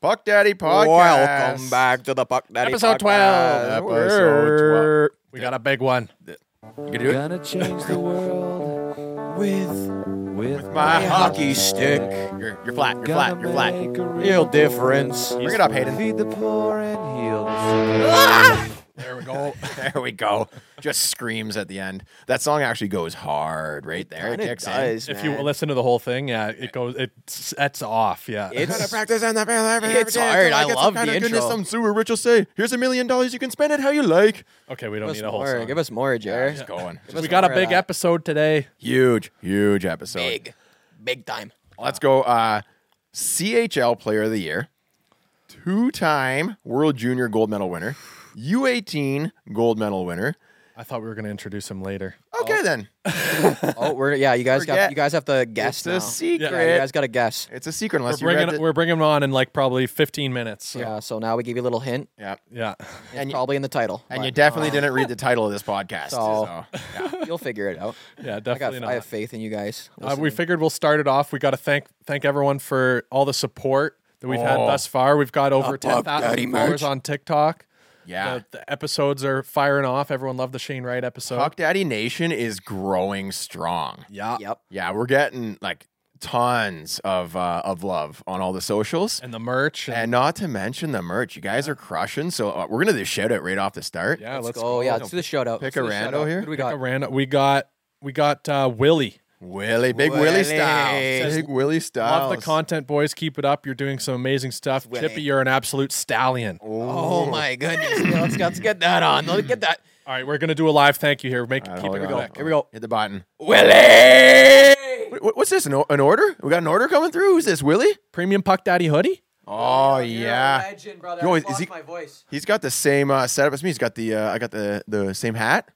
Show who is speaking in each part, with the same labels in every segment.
Speaker 1: Puck Daddy Podcast.
Speaker 2: Welcome back to the Puck Daddy
Speaker 3: Episode
Speaker 2: Podcast.
Speaker 3: 12.
Speaker 1: Episode
Speaker 3: We're- We got a big one.
Speaker 1: You gonna do it?
Speaker 4: Gonna change the world
Speaker 2: With
Speaker 4: with
Speaker 1: My
Speaker 2: hockey stick,
Speaker 1: You're, you're flat. You're
Speaker 4: Gonna
Speaker 1: flat. You're flat.
Speaker 4: make a
Speaker 2: real
Speaker 4: real
Speaker 2: difference.
Speaker 1: Bring it up, Hayden.
Speaker 4: Feed the poor and heal the sick.
Speaker 1: There we go. there we go. Just screams at the end. That song actually goes hard right there. It
Speaker 2: Kinda
Speaker 1: kicks
Speaker 2: does,
Speaker 3: If you
Speaker 2: man.
Speaker 3: listen to the whole thing, yeah, it goes, it sets off. Yeah.
Speaker 2: it's
Speaker 1: in.
Speaker 2: It's hard. I love the intro.
Speaker 1: Some sewer rich will say, "Here's a million dollars. You can spend it how you like."
Speaker 3: okay, we don't
Speaker 2: Give us
Speaker 3: need a whole
Speaker 2: more.
Speaker 3: song.
Speaker 2: Give us more, Jer.
Speaker 1: It's going.
Speaker 3: we got a
Speaker 2: more of
Speaker 3: big
Speaker 2: that.
Speaker 3: episode today.
Speaker 1: Huge, huge episode.
Speaker 2: Big, big time.
Speaker 1: Let's go. Uh, CHL Player of the Year, two-time World Junior Gold Medal winner, U18 Gold Medal winner.
Speaker 3: I thought we were going to introduce him later.
Speaker 1: Okay, then
Speaker 2: Oh, we're yeah. You guys
Speaker 1: Forget.
Speaker 2: got you guys have to guess
Speaker 1: it's
Speaker 2: now.
Speaker 1: a secret.
Speaker 2: Yeah, you guys got to guess.
Speaker 1: it's a secret
Speaker 3: We're
Speaker 1: unless you
Speaker 3: bringing,
Speaker 1: read it.
Speaker 3: we're bringing him on in like probably 15 minutes. so-
Speaker 2: Yeah. So now we give you a little hint.
Speaker 1: Yeah,
Speaker 3: Yeah.
Speaker 2: It's
Speaker 1: And you-
Speaker 2: probably in the title.
Speaker 1: and you
Speaker 2: but uh,
Speaker 1: definitely didn't read the title of this podcast.
Speaker 2: So-
Speaker 1: so.
Speaker 2: You'll figure it out.
Speaker 3: Yeah,
Speaker 2: I, got,
Speaker 3: definitely not.
Speaker 2: I have faith in you guys.
Speaker 3: Uh, we figured we'll start it off. We got to thank thank everyone for all the support that we've had
Speaker 1: Oh.
Speaker 3: thus far. We've got over
Speaker 2: Up, up,
Speaker 3: ten thousand
Speaker 2: Daddy merch.
Speaker 3: followers on TikTok.
Speaker 1: yeah.
Speaker 3: The, the episodes are firing off. Everyone loved the Shane Wright episode.
Speaker 1: Puck Daddy Nation is growing strong.
Speaker 3: Yeah.
Speaker 2: Yep.
Speaker 1: Yeah, we're getting like tons of uh, of love on all the socials,
Speaker 3: And the merch. And,
Speaker 1: and not to mention the merch. You guys are crushing. So uh, we're gonna do shout out right off the start.
Speaker 3: yeah, let's,
Speaker 2: Let's
Speaker 3: go.
Speaker 2: go. Yeah. Let's do the shout out.
Speaker 1: Pick
Speaker 2: Let's do
Speaker 1: a
Speaker 2: the
Speaker 1: rando
Speaker 2: shout-out.
Speaker 1: here.
Speaker 2: Who do we
Speaker 3: Pick a
Speaker 2: got?
Speaker 3: random- We got we got uh, Willie.
Speaker 1: Willie, big Willie
Speaker 2: Willie.
Speaker 1: style,
Speaker 2: Says,
Speaker 1: big Willie style.
Speaker 3: Love the content, boys. Keep it up. You're doing some amazing stuff.
Speaker 2: Willie.
Speaker 3: Chippy, you're an absolute stallion.
Speaker 2: Oh my goodness. Yeah, let's, let's get that on. Let's get that.
Speaker 3: All right, we're gonna do a live thank you here. Make
Speaker 1: All right,
Speaker 3: keep
Speaker 1: hold
Speaker 3: it
Speaker 1: on.
Speaker 3: quick.
Speaker 1: Here we go. Hit the button.
Speaker 2: Willie.
Speaker 1: What, what's this? An, o- an order? We got an order coming through. Who's this? Willie?
Speaker 3: Premium Puck Daddy hoodie.
Speaker 1: Oh yeah,
Speaker 2: legend, brother.
Speaker 1: Yo, I is lost he- my
Speaker 2: voice.
Speaker 1: he's got the same uh, setup as me. He's got the uh, I got the the same hat.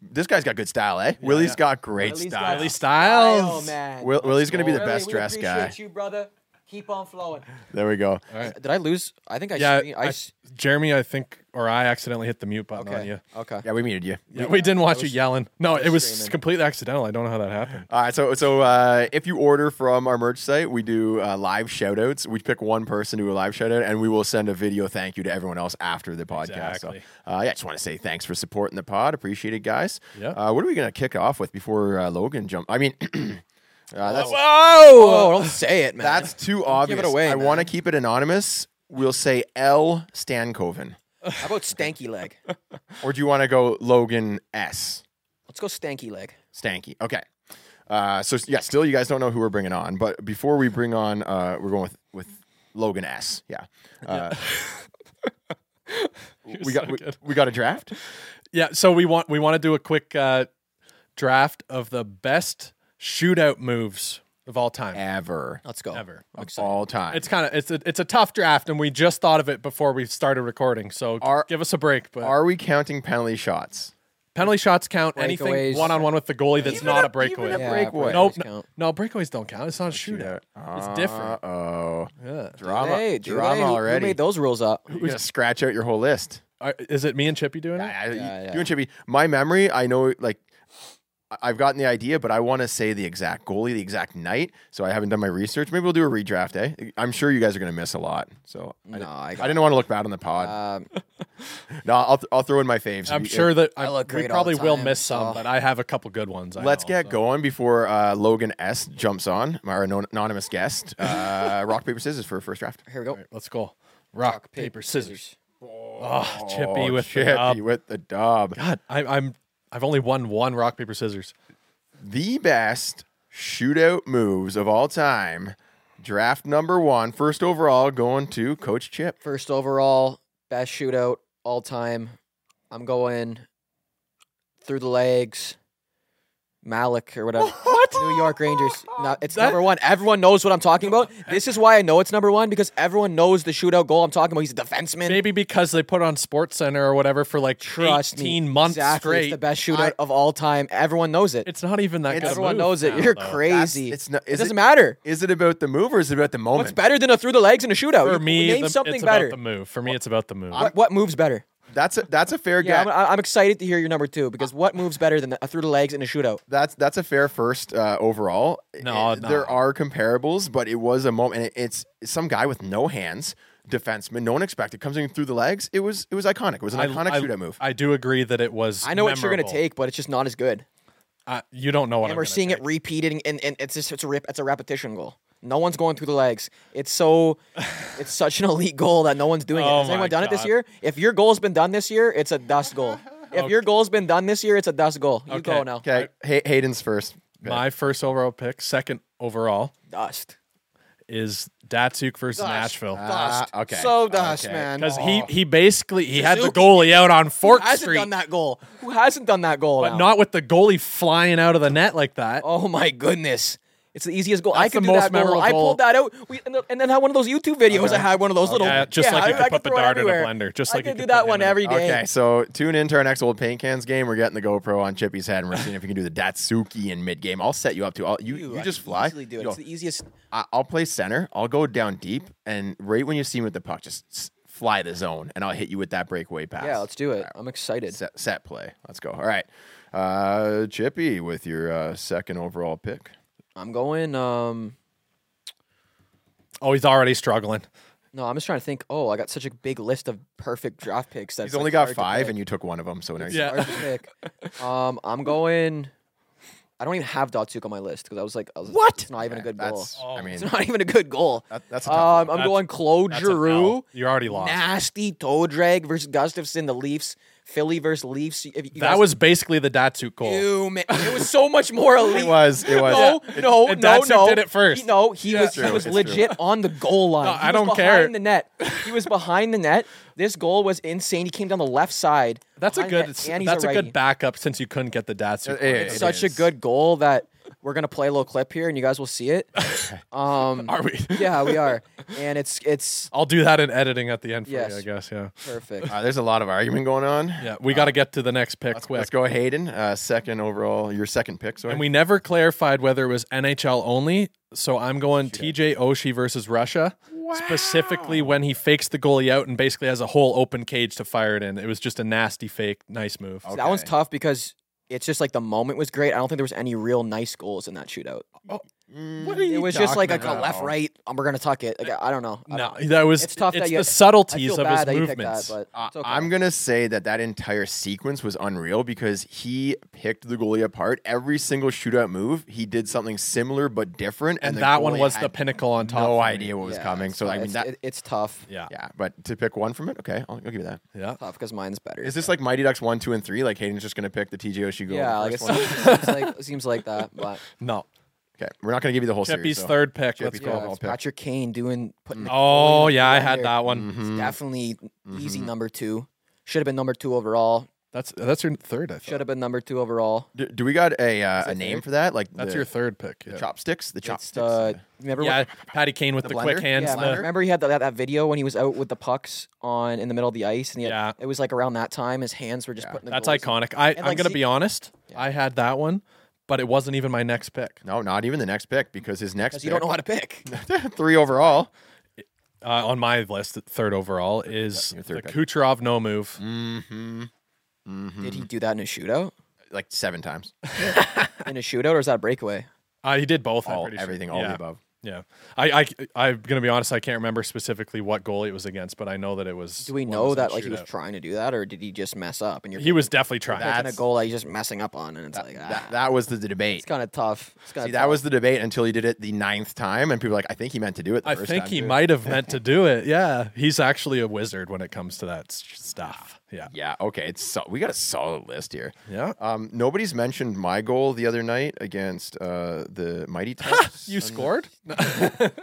Speaker 1: This guy's got good style, eh? Willie's
Speaker 3: yeah.
Speaker 1: got great
Speaker 2: Willie's Oh, got
Speaker 1: style.
Speaker 3: Willie Styles.
Speaker 2: man.
Speaker 1: Will, Willie's going to be the best dressed guy.
Speaker 2: you, brother. Keep on flowing.
Speaker 1: There we go.
Speaker 2: Did I lose? I think I.
Speaker 3: Yeah,
Speaker 2: screen- I
Speaker 3: I-
Speaker 2: s-
Speaker 3: Jeremy, I think, or I accidentally hit the mute button on you.
Speaker 2: okay. Okay.
Speaker 1: Yeah, we muted you.
Speaker 3: Yeah, we didn't watch you yelling. No, it was
Speaker 2: screaming.
Speaker 3: completely accidental. I don't know how that happened.
Speaker 1: All right, so so uh, if you order from our merch site, we do uh, live shout outs. We pick one person to do a live shout out, and we will send a video thank you to everyone else after the podcast.
Speaker 3: Exactly.
Speaker 1: So, uh, yeah, I just want to say thanks for supporting the pod. Appreciate it, guys.
Speaker 3: Yeah.
Speaker 1: Uh, what are we going to kick off with before uh, Logan jump? I mean, uh, that's,
Speaker 2: Oh, don't say it, man.
Speaker 1: that's too obvious.
Speaker 2: away,
Speaker 1: I
Speaker 2: man.
Speaker 1: want to keep it anonymous. We'll say L. Stankoven.
Speaker 2: How about Stanky Leg?
Speaker 1: Or do you want to go Logan S?
Speaker 2: Let's go Stanky Leg.
Speaker 1: Stanky. Okay. Uh, so yeah, still you guys don't know who we're bringing on, but before we bring on, uh, we're going with with Logan S. Yeah. Uh, we got
Speaker 3: so
Speaker 1: we,
Speaker 3: good.
Speaker 1: we got a draft.
Speaker 3: Yeah, so we want we want to do a quick uh, draft of the best shootout moves of all time
Speaker 1: Ever.
Speaker 2: Let's go.
Speaker 3: ever.
Speaker 2: I'm excited.
Speaker 1: All time.
Speaker 3: It's kind of it's a, it's a tough draft, and we just thought of it before we started recording. So
Speaker 1: Are-
Speaker 3: give us a break. But
Speaker 1: Are we counting penalty shots?
Speaker 3: penalty shots count. Anything
Speaker 2: Breakaways.
Speaker 3: one on one with the goalie that's not a breakaway.
Speaker 1: even a
Speaker 2: Yeah,
Speaker 1: breakaway.
Speaker 2: breakaways
Speaker 3: Nope. No,
Speaker 2: count. Uh,
Speaker 3: no, breakaways don't count. It's not a shootout. It's different.
Speaker 1: Oh,
Speaker 3: Yeah.
Speaker 1: drama!
Speaker 2: Hey, do
Speaker 1: drama
Speaker 2: they? Who-
Speaker 1: already.
Speaker 2: Who made those rules up?
Speaker 1: You're gonna scratch out your whole list.
Speaker 3: Are- Is it me and Chippy doing it?
Speaker 1: I- I- you-
Speaker 2: yeah.
Speaker 1: You and Chippy. My memory, I know, like, I- I've gotten the idea, but I want to say the exact goalie, the exact night. So I haven't done my research. Maybe we'll do a redraft, eh? I'm sure you guys are going to miss a lot. So I,
Speaker 2: No, I
Speaker 1: I
Speaker 2: got.
Speaker 1: didn't want to look bad on the pod.
Speaker 2: Um,
Speaker 1: no, I'll, th- I'll throw in my faves.
Speaker 3: I'm
Speaker 1: If-
Speaker 3: sure that I,
Speaker 2: I look
Speaker 3: we
Speaker 2: great all the
Speaker 3: probably will
Speaker 2: time, Oh.
Speaker 3: miss some,
Speaker 2: so-
Speaker 3: but I have a couple good ones. I
Speaker 1: Let's
Speaker 3: know,
Speaker 1: get
Speaker 3: so.
Speaker 1: going before uh, Logan S jumps on, our anon- anonymous guest. Uh, rock, paper, scissors for first draft.
Speaker 2: here we go.
Speaker 3: All right, let's go. Rock, paper, scissors. Oh, Chippy
Speaker 1: Oh,
Speaker 3: with the
Speaker 1: Chippy
Speaker 3: dub.
Speaker 1: with the dub.
Speaker 3: God, I, I'm I've only won one rock paper scissors.
Speaker 1: the best shootout moves of all time. Draft number one, first overall, going to Coach Chip.
Speaker 2: First overall, best shootout all time. I'm going through the legs. Malik or whatever. What? New York Rangers. No, it's number one. Everyone knows what I'm talking about. This is why I know it's number one because everyone knows the shootout goal I'm talking about. He's a defenseman.
Speaker 3: Maybe because they put on Sports Center or whatever for like
Speaker 2: Trust me.
Speaker 3: 18 months
Speaker 2: exactly.
Speaker 3: straight.
Speaker 2: It's the best shootout of all time. Everyone knows it.
Speaker 3: It's not even that
Speaker 1: It's-
Speaker 3: good. a
Speaker 2: Everyone
Speaker 3: move
Speaker 2: knows it.
Speaker 3: now,
Speaker 2: You're
Speaker 3: though.
Speaker 1: That's-
Speaker 2: crazy.
Speaker 1: It's not.
Speaker 2: it
Speaker 1: Is
Speaker 2: doesn't
Speaker 1: it,
Speaker 2: matter.
Speaker 1: Is it about the move or is it about the moment?
Speaker 2: What's better than a through the legs and a shootout?
Speaker 3: For
Speaker 2: You-
Speaker 3: me,
Speaker 2: name
Speaker 3: the-
Speaker 2: something
Speaker 3: it's
Speaker 2: better.
Speaker 3: about the move. For me, it's about the move.
Speaker 2: what, what moves better?
Speaker 1: That's a, that's a fair
Speaker 2: Yeah,
Speaker 1: guess.
Speaker 2: I'm, I'm excited to hear your number two because what moves better than a through the legs and a shootout?
Speaker 1: that's that's a fair first uh, overall.
Speaker 3: No,
Speaker 1: Eh,
Speaker 3: no.
Speaker 1: there are comparables, but it was a moment. And it, it's some guy with no hands defenseman. No one expected. Comes in through the legs. It was it was iconic. It was an
Speaker 3: I-
Speaker 1: iconic
Speaker 3: I-
Speaker 1: shootout move.
Speaker 3: I do agree that it was.
Speaker 2: I know what you're gonna
Speaker 3: memorable.
Speaker 2: take, but it's just not as good.
Speaker 3: Uh, you don't know what
Speaker 2: and
Speaker 3: I'm
Speaker 2: we're
Speaker 3: gonna
Speaker 2: seeing it
Speaker 3: take.
Speaker 2: repeated, and, and, and it's just it's a rip, it's a repetition goal. No one's going through the legs. It's so, it's such an elite goal that no one's doing it.
Speaker 3: Oh
Speaker 2: Has
Speaker 3: my
Speaker 2: anyone done it this
Speaker 3: God.
Speaker 2: year? If your goal's been done this year, it's a dust goal. If your goal's been done this year, it's a dust goal. You
Speaker 3: Okay.
Speaker 2: go now.
Speaker 1: Okay, Hay- Hayden's first. Okay.
Speaker 3: My first overall pick, second overall,
Speaker 2: Dust.
Speaker 3: is Datsuk versus Nashville.
Speaker 2: Ah.
Speaker 1: Dust.
Speaker 3: Ah,
Speaker 1: okay.
Speaker 2: So dust,
Speaker 1: Okay.
Speaker 2: man.
Speaker 3: Because he he basically he had the
Speaker 2: Suzuki.
Speaker 3: goalie out on Fork
Speaker 2: Who hasn't
Speaker 3: Street,
Speaker 2: done that goal? Who hasn't done that goal?
Speaker 3: but
Speaker 2: now?
Speaker 3: not with the goalie flying out of the net like that.
Speaker 2: Oh my goodness. It's the easiest goal. I
Speaker 3: That's
Speaker 2: could
Speaker 3: the
Speaker 2: do
Speaker 3: most
Speaker 2: that goal. I
Speaker 3: memorable-
Speaker 2: pulled that out. We, and, the- and then had one of those YouTube videos. I had one of those little.
Speaker 3: Yeah, just like
Speaker 2: I-
Speaker 3: you could
Speaker 2: I
Speaker 3: put the
Speaker 2: throw it
Speaker 3: dart in a
Speaker 2: everywhere.
Speaker 3: blender, just
Speaker 2: I
Speaker 3: like you
Speaker 2: could do
Speaker 3: could
Speaker 2: that
Speaker 3: put
Speaker 2: one
Speaker 3: him in a-
Speaker 2: every day.
Speaker 1: Okay, so tune in to our next old paint cans game. We're getting the GoPro on Chippy's head, and we're seeing if you can do the Datsuki in mid game. I'll set you up to. I'll, you
Speaker 2: Ew,
Speaker 1: you
Speaker 2: I
Speaker 1: just
Speaker 2: could
Speaker 1: fly.
Speaker 2: Easily do it.
Speaker 1: Yo,
Speaker 2: It's the easiest.
Speaker 1: I- I'll play center. I'll go down deep, and right when you see me with the puck, just s- fly the zone, and I'll hit you with that breakaway pass.
Speaker 2: Yeah, let's do it. I'm excited.
Speaker 1: set, set play. Let's go. All right, uh, Chippy, with your uh, second overall pick.
Speaker 2: I'm going. Um,
Speaker 3: Oh, he's already struggling.
Speaker 2: no, I'm just trying to think. Oh, I got such a big list of perfect draft picks. That's
Speaker 1: He's only got five, and you took one of them. So now he's-
Speaker 3: Yeah.
Speaker 2: Hard to pick. Um, I'm going. I don't even have Datsuk on my list because I was like, I was,
Speaker 3: What?
Speaker 2: It's not even a good goal.
Speaker 1: that's. I mean,
Speaker 2: It's not even a good goal.
Speaker 1: that, that's a tough one.
Speaker 2: Um, I'm
Speaker 3: That's-
Speaker 2: going Claude
Speaker 3: That's an
Speaker 2: Giroux.
Speaker 3: L. You already lost.
Speaker 2: nasty toe drag versus Gustafson, the Leafs, Philly versus Leafs. If you
Speaker 3: that
Speaker 2: guys-
Speaker 3: was basically the Datsuk goal.
Speaker 2: Ew, man. It was so much more elite.
Speaker 1: It was. It was.
Speaker 2: No, no,
Speaker 3: and
Speaker 2: no,
Speaker 3: Datsuk
Speaker 2: no.
Speaker 3: did it first.
Speaker 2: He, no, he was
Speaker 1: true,
Speaker 2: he was
Speaker 1: it's
Speaker 2: legit on the goal line.
Speaker 3: No,
Speaker 2: He
Speaker 3: I
Speaker 2: was
Speaker 3: don't
Speaker 2: behind
Speaker 3: care.
Speaker 2: the net. He was behind the net. This goal was insane. He came down the left side.
Speaker 3: That's a
Speaker 2: behind the
Speaker 3: good.
Speaker 2: net, and he's
Speaker 3: that's a
Speaker 2: righty.
Speaker 3: good backup since you couldn't get the Datsuk.
Speaker 1: Yeah,
Speaker 3: goal.
Speaker 1: it
Speaker 2: Such a
Speaker 1: is.
Speaker 2: good goal that we're gonna play a little clip here, and you guys will see it. Um,
Speaker 3: Are we?
Speaker 2: yeah, we are, and it's it's
Speaker 3: I'll do that in editing at the end for
Speaker 2: Yes.
Speaker 3: you, I guess. Yeah.
Speaker 2: perfect.
Speaker 1: Uh, there's a lot of argument going on.
Speaker 3: Yeah. We got to get to the next pick quick.
Speaker 1: Let's go, Hayden. Uh, second overall, your second pick. Sorry.
Speaker 3: And we never clarified whether it was NHL only. So I'm going TJ Oshie versus Russia, specifically when he fakes the goalie out and basically has a whole open cage to fire it in. It was just a nasty fake. Nice move.
Speaker 2: So That one's
Speaker 1: Okay.
Speaker 2: tough because it's just like the moment was great. I don't think there was any real nice goals in that shootout.
Speaker 1: what
Speaker 2: It was just like a,
Speaker 1: talking
Speaker 2: a left
Speaker 1: about?
Speaker 2: right. Um, we're gonna tuck it. Like, I I don't know. I
Speaker 3: No,
Speaker 2: don't know.
Speaker 3: that was
Speaker 2: It's tough that
Speaker 3: It's
Speaker 2: you- I
Speaker 3: the subtleties
Speaker 2: feel
Speaker 3: of his
Speaker 2: bad that you picked that,
Speaker 3: movements.
Speaker 2: but
Speaker 1: Uh,
Speaker 2: it's okay.
Speaker 1: I'm gonna say that that entire sequence was unreal because he picked the goalie apart. Every single shootout move, he did something similar but different, and,
Speaker 3: and
Speaker 1: the
Speaker 3: that one
Speaker 1: goalie
Speaker 3: was
Speaker 1: had
Speaker 3: the pinnacle on top.
Speaker 1: No
Speaker 3: for me.
Speaker 1: idea what was
Speaker 2: Yeah,
Speaker 1: coming.
Speaker 2: it's
Speaker 1: So
Speaker 2: tough.
Speaker 1: I mean
Speaker 2: it's,
Speaker 1: that.
Speaker 2: it- it's tough.
Speaker 3: Yeah.
Speaker 1: yeah, but to pick one from it, okay, I'll, I'll give you that.
Speaker 3: Yeah.
Speaker 2: Tough because mine's better.
Speaker 1: Is this like Mighty Ducks one, two, and three? Like Hayden's just gonna pick the TJ Oshie goal.
Speaker 2: yeah,
Speaker 1: the
Speaker 2: like it
Speaker 1: first
Speaker 2: seems,
Speaker 1: one?
Speaker 2: it seems like it seems like that. But
Speaker 3: No.
Speaker 1: okay, we're not gonna give you the whole series.
Speaker 3: Chippy's
Speaker 1: though.
Speaker 3: third pick.
Speaker 1: Chippy
Speaker 3: Let's
Speaker 1: third.
Speaker 3: go.
Speaker 2: yeah,
Speaker 1: overall
Speaker 2: it's
Speaker 1: pick. Mm-hmm.
Speaker 2: Patrick Kane doing putting. the
Speaker 3: Oh,
Speaker 2: goalie
Speaker 3: yeah. I
Speaker 2: in
Speaker 3: had
Speaker 2: there.
Speaker 3: that one.
Speaker 2: It's Definitely easy
Speaker 1: Mm-hmm.
Speaker 2: number two. Should have been number two overall.
Speaker 3: That's that's your third, I think.
Speaker 2: Should have been number two overall.
Speaker 1: Do, do we got a uh, a name for that? Like
Speaker 3: That's
Speaker 1: the-
Speaker 3: your third pick.
Speaker 1: the
Speaker 3: yeah.
Speaker 1: chopsticks. The
Speaker 2: It's
Speaker 1: chopsticks.
Speaker 2: uh, remember when-
Speaker 3: Yeah, Patty Kane with the, quick
Speaker 1: blender?
Speaker 3: hands.
Speaker 2: Yeah,
Speaker 1: Slender?
Speaker 3: Yeah,
Speaker 2: remember he had that, that video when he was out with the pucks on in the middle of the ice, and he had-
Speaker 3: Yeah.
Speaker 2: it was like around that time his hands were just putting. The
Speaker 3: that's
Speaker 2: goals.
Speaker 3: iconic. I, I'm
Speaker 2: like,
Speaker 3: gonna
Speaker 2: see-
Speaker 3: be honest. I had that one, but it wasn't even my next pick.
Speaker 1: no, not even the next pick because his next.
Speaker 2: because you don't know how to pick.
Speaker 3: Mm-hmm.
Speaker 1: know three overall.
Speaker 3: Uh, on my list, third overall is
Speaker 1: your
Speaker 3: the
Speaker 1: third pick.
Speaker 3: Kucherov no move.
Speaker 2: Did he do that in a shootout?
Speaker 1: like seven times.
Speaker 2: In a shootout, or is that a breakaway?
Speaker 3: Uh, he did both. I'm
Speaker 1: All
Speaker 3: pretty sure.
Speaker 1: everything, all
Speaker 3: yeah.
Speaker 1: the above.
Speaker 3: Yeah, I, I, I'm gonna be honest. I can't remember specifically what goalie it was against, but I know that it was.
Speaker 2: Do we
Speaker 3: one
Speaker 2: know
Speaker 3: was in
Speaker 2: that like he was
Speaker 3: shootout.
Speaker 2: trying to do that, or did he just mess up? And you're
Speaker 3: He was definitely trying.
Speaker 2: picking a goal that he's just messing up on, and it's like ah,
Speaker 1: That, that was the debate.
Speaker 2: it's kind of tough. It's kinda
Speaker 1: See, that
Speaker 2: tough.
Speaker 1: was the debate until he did it the ninth time, and people were like, I think he meant to do it. The
Speaker 3: I
Speaker 1: first
Speaker 3: think
Speaker 1: time,
Speaker 3: he
Speaker 1: too."
Speaker 3: might have meant to do it. Yeah, he's actually a wizard when it comes to that s- stuff. Yeah,
Speaker 1: Yeah. Okay. It's so, we got a solid list here.
Speaker 3: yeah.
Speaker 1: Um, nobody's mentioned my goal the other night against uh, the Mighty Ducks.
Speaker 3: You scored.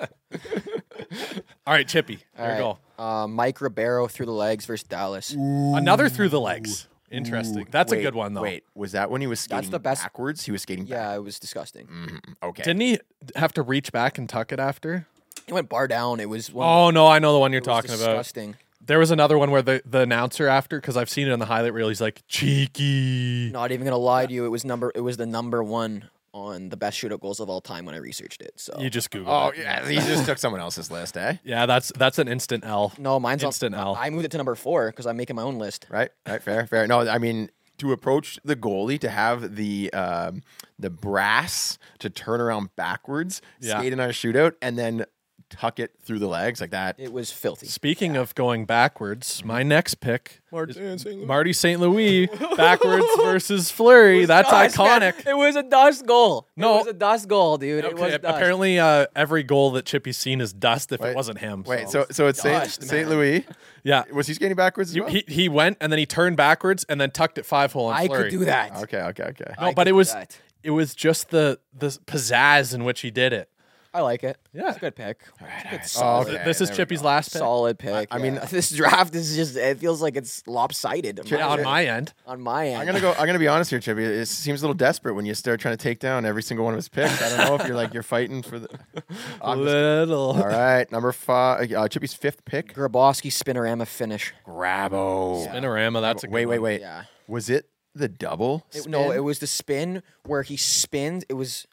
Speaker 3: All right, Chippy,
Speaker 2: All
Speaker 3: your
Speaker 2: right.
Speaker 3: goal.
Speaker 2: Uh, Mike Ribeiro through the legs versus Dallas.
Speaker 3: Another through the legs. Interesting. That's a
Speaker 1: Wait,
Speaker 3: good one though.
Speaker 1: Wait, was that when he was skating
Speaker 2: the best-
Speaker 1: backwards? He was skating
Speaker 2: Yeah, it was disgusting.
Speaker 1: back. Okay.
Speaker 3: Didn't he have to reach back and tuck it after?
Speaker 2: He went bar down. It was one
Speaker 3: Oh no, I know the one you're
Speaker 2: it was
Speaker 3: talking about.
Speaker 2: disgusting.
Speaker 3: There was another one where the, the announcer after because I've seen it on the highlight reel. He's like cheeky.
Speaker 2: Not even gonna lie to you, it was number it was the number one on the best shootout goals of all time when I researched it. So
Speaker 3: You just Google.
Speaker 1: Oh
Speaker 3: it.
Speaker 1: yeah, he just took someone else's list, eh?
Speaker 3: yeah. That's that's an instant L.
Speaker 2: no, mine's
Speaker 3: Instant
Speaker 2: on,
Speaker 3: L.
Speaker 2: I moved it to number four because I'm making my own list.
Speaker 1: Right, right, fair, fair. No, I mean to approach the goalie to have the um, the brass to turn around backwards,
Speaker 3: Yeah.
Speaker 1: skate in on a shootout, and then tuck it through the legs like that.
Speaker 2: It was filthy.
Speaker 3: Speaking of going backwards, my next pick
Speaker 5: Martin
Speaker 3: is
Speaker 5: St. Louis.
Speaker 3: Marty St. Louis backwards versus Flurry. That's
Speaker 2: Dust, man.
Speaker 3: iconic.
Speaker 2: It was a dust goal.
Speaker 3: No.
Speaker 2: it was a dust goal, dude. it was
Speaker 3: Okay,
Speaker 2: dust.
Speaker 3: apparently, uh, every goal that Chippy's seen is dust if
Speaker 1: Wait,
Speaker 3: it wasn't him.
Speaker 1: Wait, so so it's Saint,
Speaker 2: Dust,
Speaker 1: Saint
Speaker 2: man.
Speaker 1: Louis.
Speaker 3: yeah.
Speaker 1: Was he skating backwards as
Speaker 3: You-
Speaker 1: well?
Speaker 3: he, he went and then he turned backwards and then tucked it five hole on
Speaker 2: I
Speaker 3: Fleury.
Speaker 2: could do that.
Speaker 1: okay, okay, okay.
Speaker 3: No,
Speaker 2: I
Speaker 3: but
Speaker 2: could
Speaker 3: it
Speaker 2: do
Speaker 3: was
Speaker 2: that.
Speaker 3: it was just the the pizzazz in which he did it.
Speaker 2: I like it.
Speaker 3: Yeah.
Speaker 2: it's a good pick. It's a good
Speaker 1: Oh,
Speaker 2: solid,
Speaker 1: okay,
Speaker 3: this is
Speaker 1: there we
Speaker 3: Chippy's
Speaker 1: go.
Speaker 3: last pick
Speaker 2: solid pick.
Speaker 1: I mean-
Speaker 2: yeah. this draft is just—it feels like it's lopsided on
Speaker 3: Yeah,
Speaker 2: my,
Speaker 3: on my end.
Speaker 2: on my end.
Speaker 1: I'm gonna go. I'm gonna be honest here, Chippy. It seems a little desperate when you start trying to take down every single one of his picks. I don't know if you're like you're fighting for the. I'm just-
Speaker 3: Little.
Speaker 1: all right, number five. Uh, Chippy's fifth pick.
Speaker 2: Grabowski spinnerama finish.
Speaker 1: Grabo.
Speaker 3: Spinorama, that's a good
Speaker 1: Wait, wait,
Speaker 3: one.
Speaker 1: wait.
Speaker 2: Yeah.
Speaker 1: Was it the double?
Speaker 2: It- no,
Speaker 1: spin?
Speaker 2: it was the spin where he spins. It was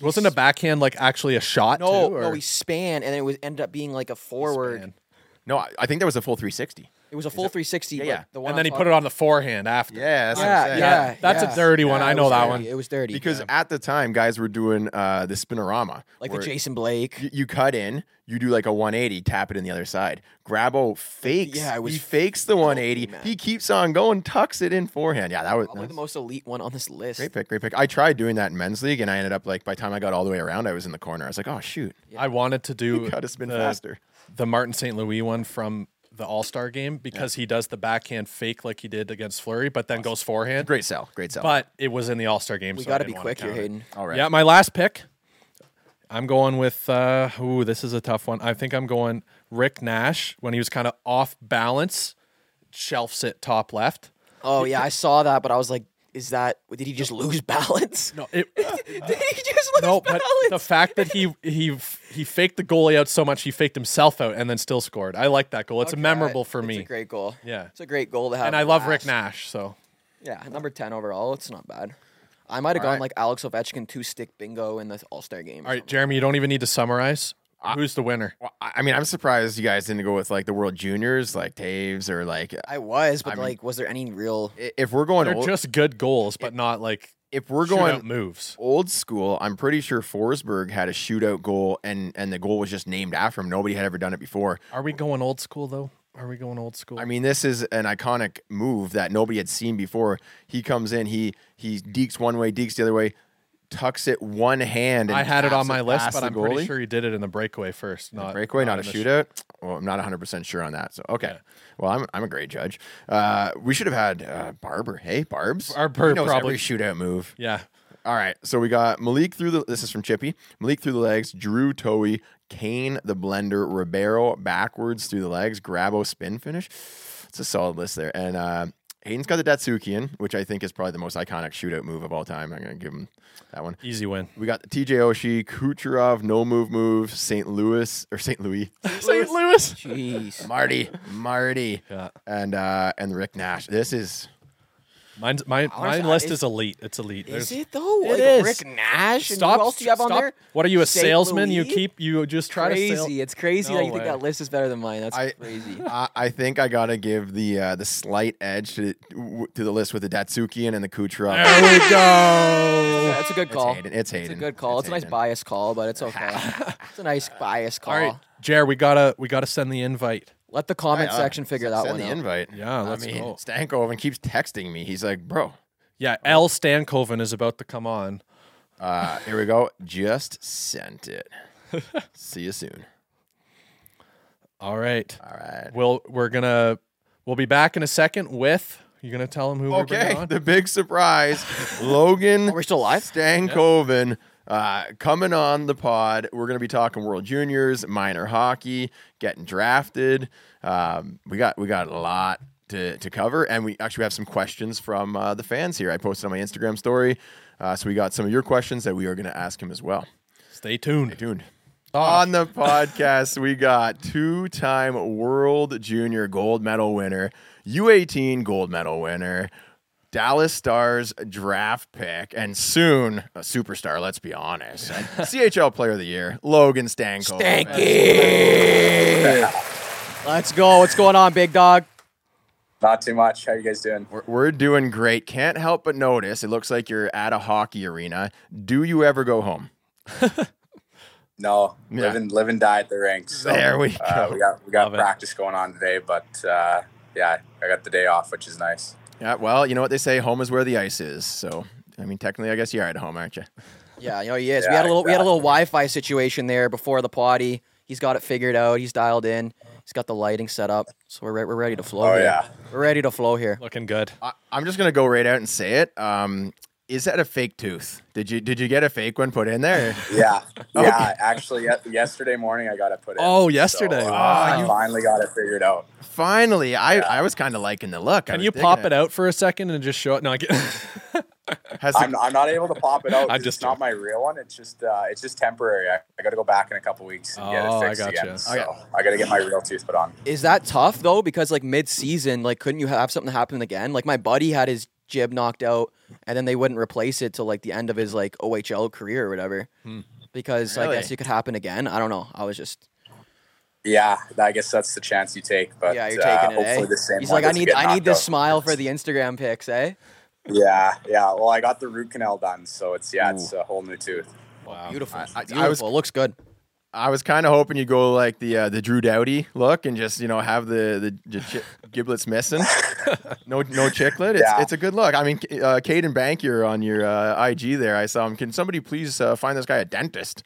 Speaker 3: Wasn't a backhand like actually a shot?
Speaker 2: no,
Speaker 3: too,
Speaker 2: no.
Speaker 3: or-
Speaker 2: Oh, He span, and it was ended up being like a forward.
Speaker 3: Span.
Speaker 1: no. I, I think that was a full 360.
Speaker 2: It was a full 360.
Speaker 1: Yeah,
Speaker 2: but
Speaker 1: yeah.
Speaker 2: The one
Speaker 3: and
Speaker 2: I'm
Speaker 3: then he put it
Speaker 2: talking-
Speaker 3: on the forehand after.
Speaker 1: Yeah, that's what I'm
Speaker 2: Yeah, yeah,
Speaker 1: saying.
Speaker 3: Yeah, that's a dirty one. I
Speaker 2: it
Speaker 3: know
Speaker 2: was
Speaker 3: that
Speaker 2: dirty.
Speaker 3: one.
Speaker 2: It was dirty
Speaker 1: Because
Speaker 2: yeah.
Speaker 1: at the time, guys were doing uh, the spinorama,
Speaker 2: like the
Speaker 1: where
Speaker 2: Jason Blake.
Speaker 1: You, you cut in, you do like a 180, tap it in the other side. Grabo fakes.
Speaker 2: Yeah, it was
Speaker 1: he fakes the 180. he keeps on going, tucks it in forehand. Yeah, that was
Speaker 2: Probably the
Speaker 1: that's-
Speaker 2: most elite one on this list.
Speaker 1: Great pick, great pick. I tried doing that in men's league, and I ended up like by the time I got all the way around, I was in the corner. I was like, oh shoot,
Speaker 3: I wanted to do
Speaker 1: gotta spin
Speaker 3: the-
Speaker 1: faster.
Speaker 3: the Martin St. Louis one from the All Star game because he does the backhand fake like he did against Flurry, but then goes forehand.
Speaker 1: Great sell, great sell.
Speaker 3: But it was in the All Star game.
Speaker 2: We
Speaker 3: so I
Speaker 2: got to be
Speaker 3: didn't wanna
Speaker 2: quick here,
Speaker 3: count it.
Speaker 2: Hayden.
Speaker 1: all right,
Speaker 3: Yeah, my last pick. I'm going with. Uh, ooh, this is a tough one. I think I'm going Rick Nash when he was kind of off balance, shelfs it top left.
Speaker 2: Oh yeah, I saw that, but I was like, is that? Did he just lose balance?
Speaker 3: No, it,
Speaker 2: did he just lose
Speaker 3: no, but
Speaker 2: balance?
Speaker 3: the fact that he he he faked the goalie out so much he faked himself out and then still scored. I like that goal. It's
Speaker 2: Okay,
Speaker 3: memorable for
Speaker 2: it's
Speaker 3: me.
Speaker 2: a great goal.
Speaker 3: Yeah.
Speaker 2: it's a great goal to have.
Speaker 3: and I love Rick
Speaker 2: last.
Speaker 3: Nash. So
Speaker 2: Yeah, number ten overall. It's not bad. I might have gone like Alex Ovechkin two stick bingo in the All Star game. or
Speaker 3: all right, Jeremy, you don't even need to summarize. Who's the winner?
Speaker 1: Well, I I mean, I'm surprised you guys didn't go with like the World Juniors, like Taves, or like
Speaker 2: something. I was, but
Speaker 1: mean-
Speaker 2: like, was there any real?
Speaker 1: i- if we're going
Speaker 3: They're
Speaker 1: old,
Speaker 3: just good goals, but not like
Speaker 1: if we're
Speaker 3: shootout
Speaker 1: going
Speaker 3: moves.
Speaker 1: old school, I'm pretty sure Forsberg had a shootout goal, and and the goal was just named after him. Nobody had ever done it before.
Speaker 3: Are we going old school though? Are we going old school?
Speaker 1: I mean, this is an iconic move that nobody had seen before. He comes in, he he deeks one way, deeks the other way, tucks it one hand. And
Speaker 3: I had it
Speaker 1: taps
Speaker 3: on my list,
Speaker 1: past
Speaker 3: but
Speaker 1: the
Speaker 3: I'm
Speaker 1: goalie.
Speaker 3: pretty sure he did it in the breakaway first, not
Speaker 1: breakaway, not,
Speaker 3: in
Speaker 1: a
Speaker 3: the sh-
Speaker 1: shootout. Well, I'm not 100 percent sure on that. So okay, well, I'm I'm a great judge. Uh, we should have had uh, Barber. Hey, Barb's.
Speaker 3: Barber
Speaker 1: He knows
Speaker 3: probably-
Speaker 1: every shootout move.
Speaker 3: yeah,
Speaker 1: All right, so we got Malik through the. This is from Chippy. Malik through the legs. Drew Toey. Kane the blender. Ribeiro backwards through the legs. Grabo spin finish. It's a solid list there. And uh, Hayden's got the Datsukian, which I think is probably the most iconic shootout move of all time. I'm gonna give him that one.
Speaker 3: easy win.
Speaker 1: We got T.J. Oshie, Kucherov, no move move, St. Louis or St. Louis,
Speaker 3: St. Louis.
Speaker 2: Jeez,
Speaker 1: Marty, Marty,
Speaker 3: Yeah.
Speaker 1: and uh, and Rick Nash. This is
Speaker 3: Mine's, my
Speaker 2: Honestly,
Speaker 3: mine
Speaker 2: I-
Speaker 3: list
Speaker 2: it's-
Speaker 3: is elite. It's elite.
Speaker 2: is
Speaker 3: There's-
Speaker 2: it though?
Speaker 3: It
Speaker 2: like
Speaker 3: is.
Speaker 2: Rick Nash. And
Speaker 3: Stop.
Speaker 2: who else do you have on
Speaker 3: stop.
Speaker 2: there?
Speaker 3: What are you, a
Speaker 2: Saint
Speaker 3: salesman? You
Speaker 2: Louis?
Speaker 3: keep you just try to sell.
Speaker 2: Crazy. It's crazy
Speaker 3: No
Speaker 2: that you think
Speaker 3: way. Ah,
Speaker 2: that list is better than mine. That's
Speaker 1: I
Speaker 2: crazy.
Speaker 1: I, I think I gotta give the uh, the slight edge to to the list with the Datsukian and the Kucherov.
Speaker 3: There we go.
Speaker 2: That's a good
Speaker 1: It's
Speaker 2: call.
Speaker 1: Hayden. It's Hayden.
Speaker 2: It's a good call. It's, a nice
Speaker 1: Hayden.
Speaker 2: bias call, but it's okay. it's a nice bias call.
Speaker 3: All right, Jer, we gotta we gotta send the invite.
Speaker 2: Let the comment
Speaker 1: Yeah,
Speaker 3: uh,
Speaker 2: section figure
Speaker 1: send
Speaker 2: that one
Speaker 1: the
Speaker 2: out.
Speaker 1: invite.
Speaker 3: Yeah,
Speaker 1: I
Speaker 3: let's
Speaker 1: mean,
Speaker 3: go.
Speaker 1: Stankoven keeps texting me. He's like, bro,
Speaker 3: Yeah, L Stankoven is about to come on.
Speaker 1: uh, here we go. Just sent it. See you soon.
Speaker 3: All right.
Speaker 1: All right.
Speaker 3: We'll we're gonna we'll be back in a second with you're gonna tell them who we're bringing
Speaker 1: Okay,
Speaker 3: on?
Speaker 1: the big surprise. Logan
Speaker 2: Are we still live?
Speaker 1: Stankoven uh, coming on the pod. We're going to be talking World Juniors, minor hockey, getting drafted. Um, we got we got a lot to, to cover, and we actually have some questions from uh, the fans here. I posted on my Instagram story, uh, so we got some of your questions that we are going to ask him as well.
Speaker 3: Stay tuned.
Speaker 1: Tuned. On the podcast, we got two time world junior gold medal winner, U18 gold medal winner, Dallas Stars draft pick, and soon a superstar, let's be honest. And CHL player of the year, Logan Stanko.
Speaker 2: Let's go. What's going on, big dog?
Speaker 6: Not too much. How you guys doing?
Speaker 1: We're, we're doing great. Can't help but notice it looks like you're at a hockey arena. Do you ever go home?
Speaker 6: No,
Speaker 1: Yeah.
Speaker 6: live and live and die at the rinks. So,
Speaker 1: There we
Speaker 6: uh,
Speaker 1: go.
Speaker 6: we got we got
Speaker 3: Love it.
Speaker 6: practice going on today, but uh, yeah, I got the day off, which is nice.
Speaker 1: Yeah, well, you know what they say, home is where the ice is. So, I mean, technically, I guess you are at home, aren't you?
Speaker 2: Yeah, you know he is. we
Speaker 6: Yeah,
Speaker 2: had a little we had a little Wi-Fi situation there before the potty. He's got it figured out. He's dialed in. He's got the lighting set up. So we're re- we're ready to flow.
Speaker 6: Oh
Speaker 2: here.
Speaker 6: yeah,
Speaker 2: we're ready to flow here.
Speaker 3: Looking good.
Speaker 1: I, I'm just gonna go right out and say it. Um, is that a fake tooth? Did you did you get a fake one put in there?
Speaker 6: yeah, yeah. Actually, ye- yesterday morning I got it put in.
Speaker 3: Oh,
Speaker 6: So,
Speaker 3: yesterday.
Speaker 6: uh,
Speaker 2: Ah,
Speaker 3: Wow.
Speaker 6: I finally got it figured out.
Speaker 1: Finally, I, I was kind of liking the look.
Speaker 3: Can you pop it out for a second and just show it? No, I get.
Speaker 1: Has
Speaker 6: I'm,
Speaker 1: the,
Speaker 6: I'm not able to pop it out. 'cause
Speaker 3: I'm just
Speaker 6: it's not my real one. It's just uh, it's just temporary. I, I got to go back in a couple weeks and get
Speaker 3: Oh, I
Speaker 6: it fixed
Speaker 3: gotcha.
Speaker 6: again. So
Speaker 1: Okay.
Speaker 6: I got to get my real tooth put on.
Speaker 2: Is that tough though? Because like mid-season, like couldn't you have something happen again? Like my buddy had his jib knocked out, and then they wouldn't replace it till like the end of his like OHL career or whatever. Because I
Speaker 1: Hmm. Really?
Speaker 2: guess it could happen again. I don't know. I was just
Speaker 6: Yeah, I guess that's the chance you take. But
Speaker 2: yeah, you're
Speaker 6: uh,
Speaker 2: taking it.
Speaker 6: hopefully
Speaker 2: eh?
Speaker 6: the same.
Speaker 2: He's
Speaker 6: one
Speaker 2: like, I
Speaker 6: doesn't
Speaker 2: need
Speaker 6: get
Speaker 2: I need
Speaker 6: knocked
Speaker 2: this
Speaker 6: out.
Speaker 2: smile for the Instagram pics, eh?
Speaker 6: Yeah, yeah. Well, I got the root canal done, so it's yeah, it's a whole new tooth.
Speaker 3: wow.
Speaker 2: Beautiful.
Speaker 1: I- I- I was-
Speaker 2: Beautiful. Looks good.
Speaker 1: I was kind of hoping you go like the uh, the Drew Doughty look and just you know have the the, the chi- giblets missing, no no chiclet. It's,
Speaker 6: Yeah.
Speaker 1: it's a good look. I mean, K- uh, Caden Bankier on your uh, IG there, I saw him. Can somebody please uh, find this guy a dentist?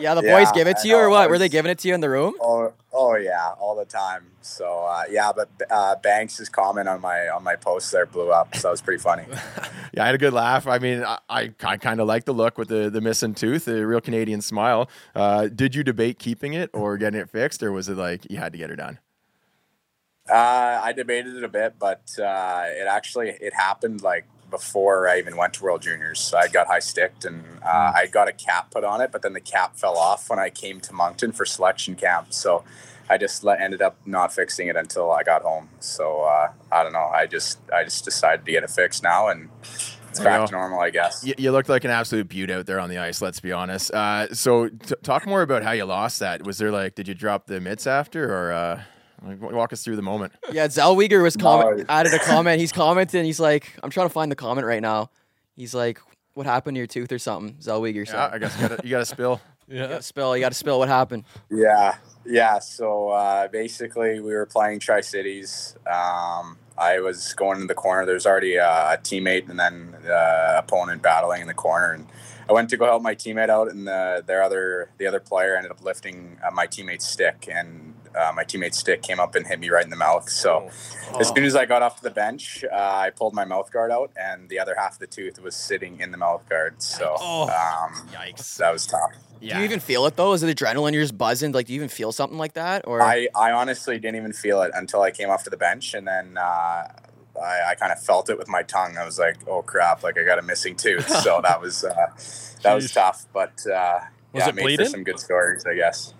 Speaker 2: Yeah, the
Speaker 6: Yeah,
Speaker 2: boys give it
Speaker 6: I
Speaker 2: to you or
Speaker 6: know.
Speaker 2: what?
Speaker 6: I
Speaker 2: Were they
Speaker 6: was-
Speaker 2: giving it to you in the room?
Speaker 6: Oh, oh yeah, all the time. So uh, yeah, but uh, Banks' comment on my on my post there blew up, so it was pretty funny.
Speaker 1: Yeah, I had a good laugh. I mean, I, I, I kind of like the look with the, the missing tooth, the real Canadian smile. Uh, did you debate keeping it or getting it fixed, or was it like you had to get her done?
Speaker 6: Uh, I debated it a bit, but uh, it actually it happened like before I even went to World Juniors. So I got high sticked, and uh, I got a cap put on it, but then the cap fell off when I came to Moncton for selection camp. So I just let, ended up not fixing it until I got home. So uh, I don't know. I just I just decided to get it fixed now, and it's
Speaker 1: There you go.
Speaker 6: back to normal, I guess.
Speaker 1: You, you looked like an absolute beaut out there on the ice. Let's be honest. Uh, so, t- talk more about how you lost that. Was there like, did you drop the mitts after, or uh, like, wa- walk us through the moment?
Speaker 2: Yeah, Zellweger was comment
Speaker 6: No.
Speaker 2: added a comment. He's commenting. He's like, I'm trying to find the comment right now. He's like, what happened to your tooth or something? Zellweger said.
Speaker 1: Yeah, I guess you got you got to spill.
Speaker 3: Yeah.
Speaker 2: Gotta spill. You got to spill. What happened?
Speaker 6: Yeah, yeah. So uh, basically, we were playing Tri Cities. Um, I was going in the corner. There's already uh, a teammate and then uh, opponent battling in the corner, and I went to go help my teammate out, and the their other the other player ended up lifting uh, my teammate's stick, and uh, my teammate's stick came up and hit me right in the mouth. So as soon as I got off the bench, uh, I pulled my mouth guard out, and the other half of the tooth was sitting in the mouth guard. So
Speaker 3: Oh.
Speaker 6: um,
Speaker 1: Yikes!
Speaker 6: that was tough.
Speaker 1: Yeah.
Speaker 2: Do you even feel it though? Is it adrenaline? You're just buzzing. Like, do you even feel something like that? Or
Speaker 6: I, I honestly didn't even feel it until I came off to the bench, and then uh, I, I kind of felt it with my tongue. I was like, "Oh crap!" Like I got a missing tooth, so that was uh, that was
Speaker 3: Jeez.
Speaker 6: tough. But uh,
Speaker 3: Was
Speaker 6: yeah,
Speaker 3: it
Speaker 6: made
Speaker 3: bleeding?
Speaker 6: For some good stories, I guess.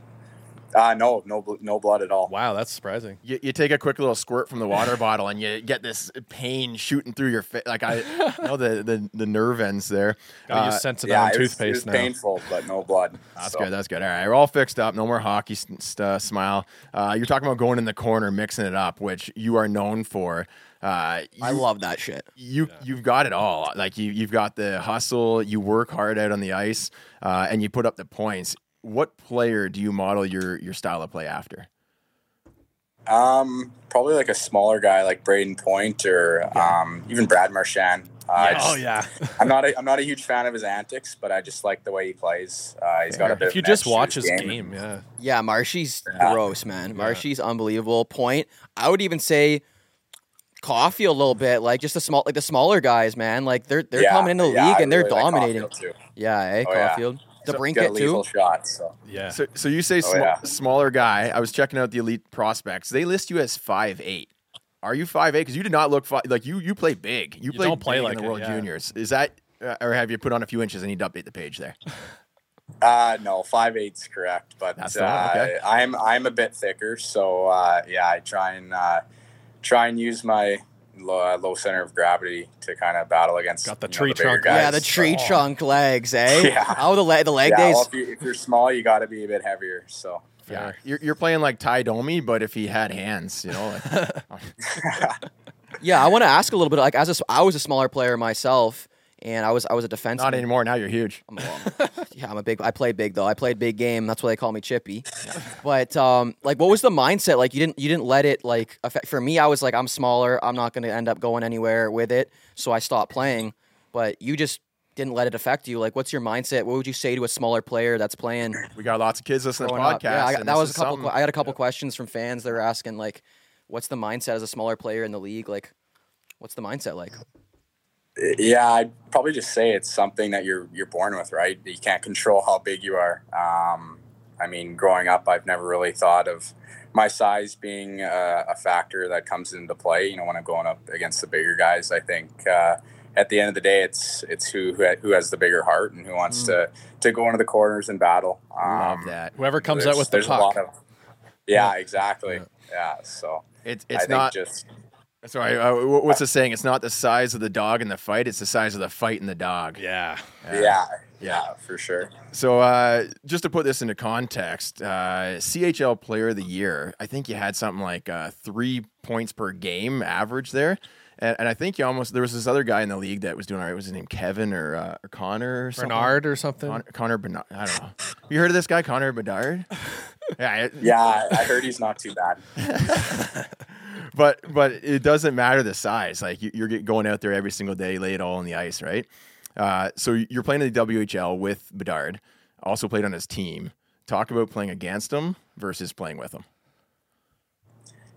Speaker 6: Uh, no, no, bl- no blood at all.
Speaker 3: Wow, that's surprising.
Speaker 1: you, you take a quick little squirt from the water bottle and you get this pain shooting through your face. Like I you know the, the the nerve ends there.
Speaker 3: Gotta
Speaker 1: Uh,
Speaker 3: use sensitive
Speaker 6: Yeah,
Speaker 3: on
Speaker 6: it was, it
Speaker 3: toothpaste
Speaker 6: was
Speaker 3: now.
Speaker 6: painful, but no blood.
Speaker 1: That's
Speaker 6: So,
Speaker 1: good. That's good. All right, we're all fixed up. No more hockey st- st- uh, smile. Uh, you're talking about going in the corner, mixing it up, which you are known for. Uh, you,
Speaker 2: I love that shit.
Speaker 1: you. You've got it all. Like you, you've got the hustle. You work hard out on the ice, uh, and you put up the points. What player do you model your your style of play after?
Speaker 6: Um, probably like a smaller guy like Braden Point or um, even Brad Marchand. Uh, I
Speaker 3: Oh
Speaker 6: just-
Speaker 3: yeah.
Speaker 6: I'm not a, I'm not a huge fan of his antics, but I just like the way he plays. Uh, he's got a bit.
Speaker 3: If you
Speaker 6: of an edge
Speaker 3: just
Speaker 6: to
Speaker 3: watch his game, yeah.
Speaker 2: Yeah, Marshy's
Speaker 6: Yeah.
Speaker 2: gross, man. Marshy's unbelievable. Point. I would even say coffee a little bit, like just the small, like the smaller guys, man. Like they're they're
Speaker 6: Yeah,
Speaker 2: coming in the
Speaker 6: yeah,
Speaker 2: league
Speaker 6: I
Speaker 2: and they're
Speaker 6: really like
Speaker 2: dominating.
Speaker 6: Caulfield too.
Speaker 2: yeah, eh,
Speaker 6: Oh, yeah.
Speaker 2: Caulfield. The
Speaker 6: So
Speaker 2: brink
Speaker 6: got a
Speaker 2: it
Speaker 6: lethal
Speaker 2: too.
Speaker 6: Shot, so.
Speaker 3: Yeah.
Speaker 1: So, so you say
Speaker 6: Oh,
Speaker 1: sma-
Speaker 6: yeah.
Speaker 1: smaller guy. I was checking out the elite prospects. They list you as five eight. Are you five eight? Because you did not look fi- like you. You play big. You, play
Speaker 3: don't play
Speaker 1: big
Speaker 3: like
Speaker 1: in the
Speaker 3: it,
Speaker 1: World
Speaker 3: yeah.
Speaker 1: Juniors. Is that uh, or have you put on a few inches? I need to update the page there.
Speaker 6: Uh, no, five eight's correct, but
Speaker 1: That's the one,
Speaker 6: uh,
Speaker 1: okay.
Speaker 6: I'm I'm a bit thicker, so uh, yeah, I try and uh, try and use my low, uh, low center of gravity to kind of battle against
Speaker 3: Got the
Speaker 6: you know,
Speaker 3: tree
Speaker 6: bigger
Speaker 3: trunk.
Speaker 6: guys,
Speaker 2: yeah, the tree
Speaker 6: so-
Speaker 2: trunk legs, eh?
Speaker 6: Yeah.
Speaker 2: Oh, the leg, the leg
Speaker 6: Yeah,
Speaker 2: days.
Speaker 6: well, if, you, if you're small, you got to be a bit heavier. So
Speaker 1: Yeah,
Speaker 3: Fair.
Speaker 1: you're, you're playing like Ty Domi, but if he had hands, you know. Like,
Speaker 2: yeah, I want to ask a little bit. Like, as a s I was a smaller player myself, and I was I was a defenseman.
Speaker 1: Not anymore. Now you're huge.
Speaker 2: I'm a, well, I'm- yeah, I'm a big. I play big though. I played big game. That's why they call me Chippy. But um, like, what was the mindset? Like, you didn't you didn't let it like affect. For me, I was like, I'm smaller. I'm not going to end up going anywhere with it. So I stopped playing. But you just didn't let it affect you. Like, what's your mindset? What would you say to a smaller player that's playing?
Speaker 1: We got lots of kids listening to the
Speaker 2: growing
Speaker 1: podcast.
Speaker 2: up? Yeah, I got,
Speaker 1: and
Speaker 2: that
Speaker 1: this
Speaker 2: was a
Speaker 1: is
Speaker 2: couple.
Speaker 1: something-
Speaker 2: que- I got a couple questions from fans. They were asking like, what's the mindset as a smaller player in the league? Like, what's the mindset like?
Speaker 6: yeah i'd probably just say it's something that you're you're born with right you can't control how big you are um, i mean growing up i've never really thought of my size being a, a factor that comes into play you know when i'm going up against the bigger guys i think uh, at the end of the day it's it's who who ha- who has the bigger heart and who wants to to go into the corners and battle um,
Speaker 1: Love that.
Speaker 3: Whoever comes
Speaker 6: there's-
Speaker 3: out with the
Speaker 6: there's a lot
Speaker 3: puck.
Speaker 6: of yeah exactly yeah, so
Speaker 1: It's
Speaker 6: i
Speaker 1: it's
Speaker 6: think
Speaker 1: not.
Speaker 6: just
Speaker 1: Sorry. Uh, wh- what's the saying? It's not the size of the dog in the fight. It's the size of the fight in the dog.
Speaker 3: Yeah.
Speaker 1: Yeah.
Speaker 6: yeah
Speaker 1: Yeah.
Speaker 6: yeah for sure
Speaker 1: So, uh, just to put this into context, uh, CHL Player of the Year, I think you had something like uh, three points per game average there. And, and I think you almost, there was this other guy in the league that was doing all right. Was his name Kevin or, uh, or Connor or something?
Speaker 3: Bernard or something.
Speaker 1: Con- Connor Bernard. I don't know. You heard of this guy, Connor Bedard? yeah, I-
Speaker 6: yeah I- i heard he's not too bad
Speaker 1: but but it doesn't matter the size. Like you, you're get- going out there every single day, lay it all on the ice, right? Uh, so you're playing in the WHL with Bedard, also played on his team. Talk about playing against him versus playing with him.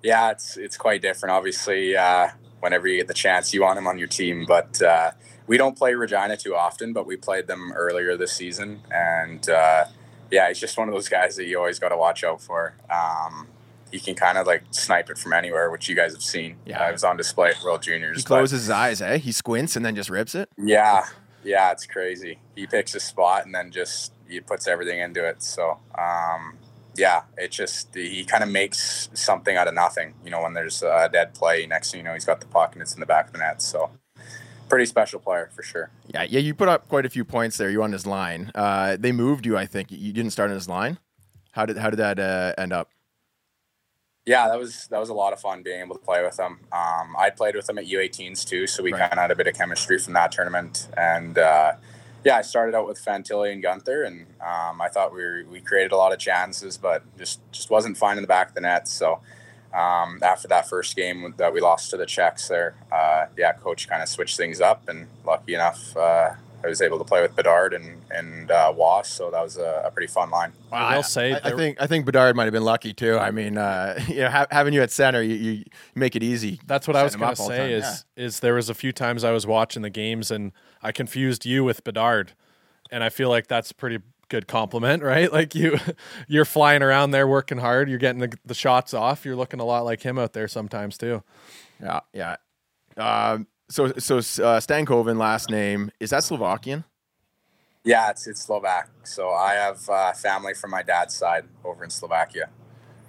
Speaker 6: yeah, it's it's quite different. Obviously, uh, whenever you get the chance, you want him on your team. But uh, we don't play Regina too often, but we played them earlier this season, and uh, yeah, he's just one of those guys that you always got to watch out for. Um, he can kind of like snipe it from anywhere, which you guys have seen.
Speaker 1: Yeah.
Speaker 6: uh, it was on display at World Juniors.
Speaker 1: He
Speaker 6: but-
Speaker 1: closes his eyes, eh? He squints and then just rips it.
Speaker 6: yeah, yeah, it's crazy. He picks a spot and then just he puts everything into it. So, um, yeah, it just he kind of makes something out of nothing. You know, when there's a dead play, next thing you know, he's got the puck and it's in the back of the net. So, pretty special player for sure.
Speaker 1: Yeah, yeah. You put up quite a few points there. You on his line. Uh, they moved you, I think. You didn't start on his line. How did how did that uh, end up?
Speaker 6: yeah, that was that was a lot of fun being able to play with him. Um, I played with him at U18s too, so we
Speaker 1: Right.
Speaker 6: kind of had a bit of chemistry from that tournament. And uh, yeah, I started out with Fantilli and Gunther, and um, I thought we were, we created a lot of chances, but just just wasn't finding the back of the net. So um, after that first game that we lost to the Czechs, there, uh, yeah, coach kind of switched things up, and lucky enough, uh, I was able to play with Bedard and and uh, Was, so that was a, a pretty fun line.
Speaker 3: I will say
Speaker 1: I, I
Speaker 3: there-
Speaker 1: think I think Bedard might have been lucky too. I mean, uh, you know, ha- having you at center, you, you make it easy.
Speaker 3: That's what I
Speaker 1: Set
Speaker 3: was
Speaker 1: him
Speaker 3: gonna
Speaker 1: up all the
Speaker 3: say
Speaker 1: time,
Speaker 3: is is there was a few times I was watching the games and I confused you with Bedard, and I feel like that's a pretty good compliment, right? Like you, you're flying around there working hard, you're getting the, the shots off, you're looking a lot like him out there sometimes too.
Speaker 1: Yeah, yeah. Um, so so uh, Stankoven last name is that Slovakian?
Speaker 6: Yeah, it's it's Slovak. So I have uh, family from my dad's side over in Slovakia.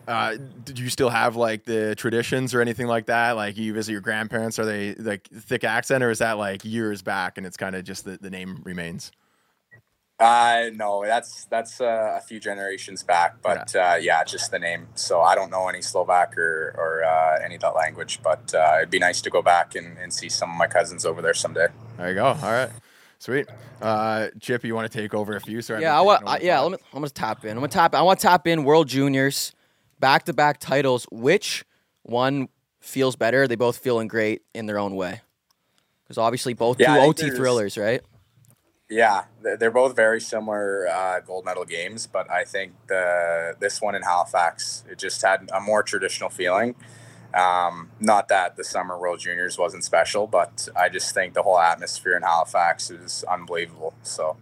Speaker 1: Uh, did you still have like the traditions or anything like that? Like you visit your grandparents, are they like thick accent or is that like years back and it's kind of just the, the name remains?
Speaker 6: Uh, no, that's that's uh, a few generations back, but uh, yeah, just the name. So I don't know any Slovak or or uh, any of that language, but uh, it'd be nice to go back and, and see some of my cousins over there someday.
Speaker 1: There you go. All right, sweet. Uh, Chip, you want to take over a few? Sorry, I've
Speaker 2: Yeah,
Speaker 1: been
Speaker 2: I want.
Speaker 1: taking over the
Speaker 2: yeah,
Speaker 1: pod.
Speaker 2: let me. I'm gonna tap in. I'm gonna tap. I want to tap in World Juniors, back to back titles. Which one feels better? They both feeling great in their own way. Because obviously both
Speaker 6: Yeah, I
Speaker 2: two
Speaker 6: think
Speaker 2: OT
Speaker 6: there's-
Speaker 2: thrillers, right?
Speaker 6: Yeah, they're they're both very similar uh, gold medal games, but I think the this one in Halifax it just had a more traditional feeling. Um, not that the summer World Juniors wasn't special, but I just think the whole atmosphere in Halifax is unbelievable. So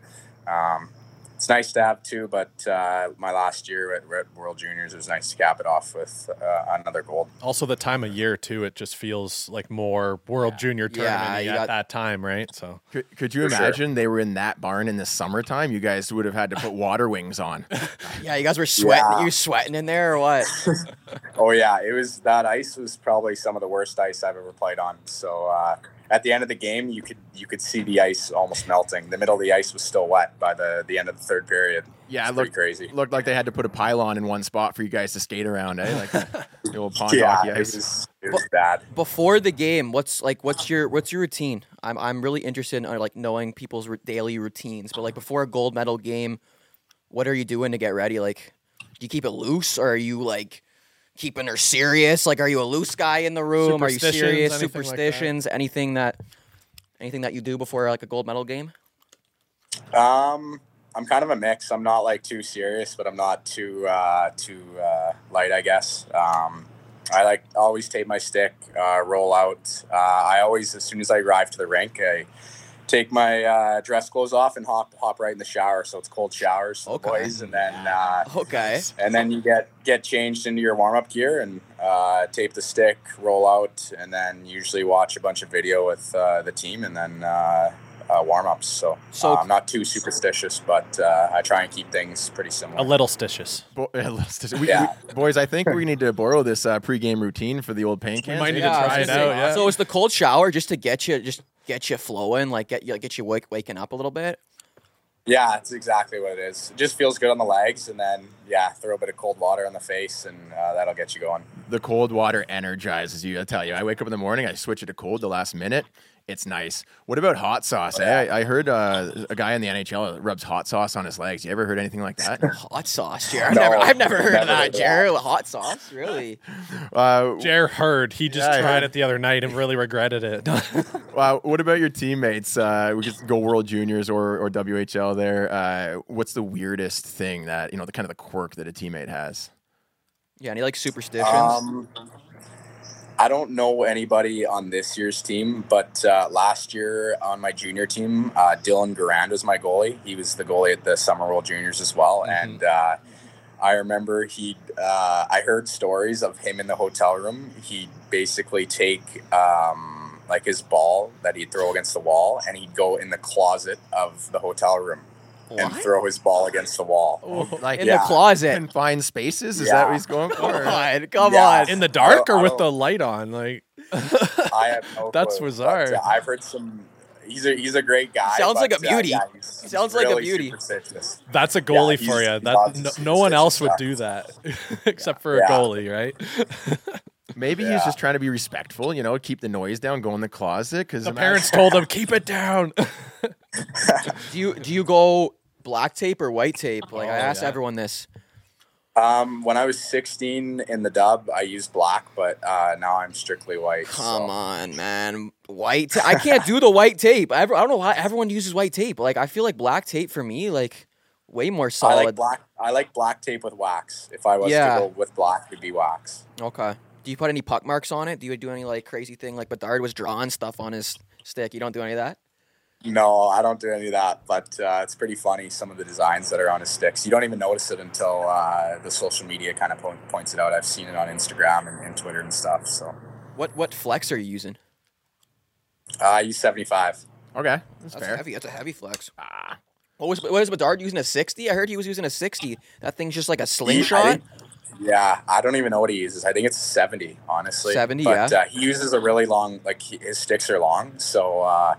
Speaker 6: um, it's nice to have two, but uh, my last year at, at World Juniors it was nice to cap it off with uh, another gold.
Speaker 3: Also, the time of year too, it just feels like more World Junior
Speaker 2: Yeah,
Speaker 3: tournament
Speaker 2: you
Speaker 3: at
Speaker 2: got-
Speaker 3: that time, right? So
Speaker 1: Could, could you
Speaker 6: For sure.
Speaker 1: imagine they were in that barn in the summertime? You guys would have had to put water wings on.
Speaker 2: Yeah, you guys were sweating.
Speaker 6: Yeah.
Speaker 2: You were sweating in there or what?
Speaker 6: Oh yeah, it was that ice was probably some of the worst ice I've ever played on. So uh, at the end of the game, you could you could see the ice almost melting. The middle of the ice was still wet by the the end of the third period.
Speaker 1: Yeah,
Speaker 6: It's
Speaker 1: it
Speaker 6: pretty
Speaker 1: looked,
Speaker 6: crazy.
Speaker 1: looked like they had to put a pylon in one spot for you guys to skate around, eh? Like the old pond
Speaker 6: Yeah,
Speaker 1: hockey
Speaker 6: it
Speaker 1: ice.
Speaker 6: was It was bad.
Speaker 2: Before the game, what's like? What's your what's your routine? I'm I'm really interested in uh, like knowing people's r- daily routines. But like before a gold medal game, what are you doing to get ready? Like, do you keep it loose, or are you like keeping her serious? Like, are you a loose guy in the room? Are you
Speaker 3: Superstitions,
Speaker 2: serious?
Speaker 3: anything like that?
Speaker 2: Superstitions? Anything that anything that you do before like a gold medal game?
Speaker 6: Um, I'm kind of a mix. I'm not like too serious, but I'm not too uh, too uh, light, I guess. Um, I like always take my stick, uh, roll out. Uh, I always, as soon as I arrive to the rink, I take my uh, dress clothes off and hop hop right in the shower. So it's cold showers for the
Speaker 2: Okay.
Speaker 6: boys, and then uh,
Speaker 2: Okay.
Speaker 6: and then you get get changed into your warm up gear and uh, tape the stick, roll out, and then usually watch a bunch of video with uh, the team, and then uh, uh, warm ups. So,
Speaker 2: So-
Speaker 6: uh, I'm not too superstitious, but uh, I try and keep things pretty similar.
Speaker 3: A little stitious.
Speaker 1: Bo- yeah, let's just- we-
Speaker 6: Yeah.
Speaker 1: we- boys, I think we need to borrow this uh, pregame routine for the old paint cans.
Speaker 3: might need to
Speaker 1: Yeah.
Speaker 2: I was
Speaker 3: try it
Speaker 2: gonna say,
Speaker 3: out, yeah.
Speaker 2: So it's the cold shower just to get you just get you flowing, like get you get you wake, waking up a little bit.
Speaker 6: Yeah, that's exactly what it is. It just feels good on the legs, and then yeah, throw a bit of cold water on the face, and uh, that'll get you going.
Speaker 1: the cold water energizes you. I tell you, I wake up in the morning, I switch it to cold the last minute. It's nice. What about hot sauce? eh? I, I heard uh, a guy in the NHL rubs hot sauce on his legs. You ever heard anything like that?
Speaker 2: Hot sauce, Jared. I've
Speaker 6: No,
Speaker 2: never, I've never heard
Speaker 6: never
Speaker 2: of that,
Speaker 6: heard of
Speaker 2: Jared. Hot sauce, really?
Speaker 1: uh,
Speaker 3: Jer heard. He just
Speaker 1: Yeah, I
Speaker 3: tried
Speaker 1: heard.
Speaker 3: it the other night and really regretted it.
Speaker 1: wow. uh, What about your teammates? Uh, we could go World Juniors or, or WHL there. Uh, what's the weirdest thing that, you know, the kind of the quirk that a teammate has?
Speaker 2: Yeah, any like superstitions?
Speaker 6: Um, I don't know anybody on this year's team, but uh, last year on my junior team, uh, Dylan Garand was my goalie. He was the goalie at the Summer World Juniors as well, and uh, I remember he. Uh, I heard stories of him in the hotel room. He'd basically take. Um, like his ball that he'd throw against the wall, and he'd go in the closet of the hotel room and
Speaker 2: What?
Speaker 6: throw his ball against the wall.
Speaker 1: Like
Speaker 2: In
Speaker 6: yeah.
Speaker 2: the closet.
Speaker 1: confined spaces? Is
Speaker 6: Yeah.
Speaker 1: that what he's going for?
Speaker 2: Come on, come
Speaker 6: Yeah.
Speaker 2: on.
Speaker 3: In the dark
Speaker 6: I
Speaker 3: or with
Speaker 6: don't-
Speaker 3: the light on? Like
Speaker 6: I have no
Speaker 3: That's
Speaker 6: clue,
Speaker 3: bizarre.
Speaker 6: but, uh, I've heard some. He's a he's a great guy.
Speaker 2: Sounds
Speaker 6: but,
Speaker 2: like a
Speaker 6: uh,
Speaker 2: beauty.
Speaker 6: yeah, he's- he's
Speaker 2: Sounds like a
Speaker 6: really
Speaker 2: beauty.
Speaker 6: superstitious.
Speaker 3: that's a goalie
Speaker 6: he's-
Speaker 3: for you.
Speaker 6: he's
Speaker 3: That
Speaker 6: obviously
Speaker 3: no, no one else would
Speaker 6: superstitious.
Speaker 3: do that except for a
Speaker 6: Yeah.
Speaker 3: goalie, right?
Speaker 1: Maybe he's
Speaker 6: Yeah.
Speaker 1: just trying to be respectful, you know, keep the noise down, go in the closet. Because
Speaker 3: The parents told him keep it down.
Speaker 2: do you do you go black tape or white tape? Like I
Speaker 3: Oh,
Speaker 2: asked
Speaker 3: yeah.
Speaker 2: everyone this.
Speaker 6: Um, when I was 16 in the dub, I used black, but uh, now I'm strictly white.
Speaker 2: Come
Speaker 6: so.
Speaker 2: on, man. White. Ta- I can't do the white tape. I, I don't know why everyone uses white tape. Like I feel like black tape for me, like way more
Speaker 6: I
Speaker 2: solid.
Speaker 6: like black. I like black tape with wax. If I was
Speaker 2: Yeah.
Speaker 6: to go with black, it'd be wax.
Speaker 2: Okay. Do you put any puck marks on it? Do you do any like crazy thing like Bedard was drawing stuff on his stick? You don't do any of that.
Speaker 6: No, I don't do any of that. But uh, it's pretty funny some of the designs that are on his sticks. You don't even notice it until uh, the social media kind of po- points it out. I've seen it on Instagram and, and Twitter and stuff. So
Speaker 2: What what flex are you using?
Speaker 6: uh, I use 75.
Speaker 1: Okay, that's,
Speaker 2: That's
Speaker 1: fair.
Speaker 2: heavy. That's a heavy flex.
Speaker 1: Ah.
Speaker 2: What was what was Bedard using a sixty? I heard he was using a sixty. That thing's just like a
Speaker 6: I
Speaker 2: slingshot.
Speaker 6: think- yeah, I don't even know what he uses. I think it's seventy, honestly.
Speaker 2: 70,
Speaker 6: but,
Speaker 2: yeah.
Speaker 6: uh, he uses a really long, like he, his sticks are long, so uh,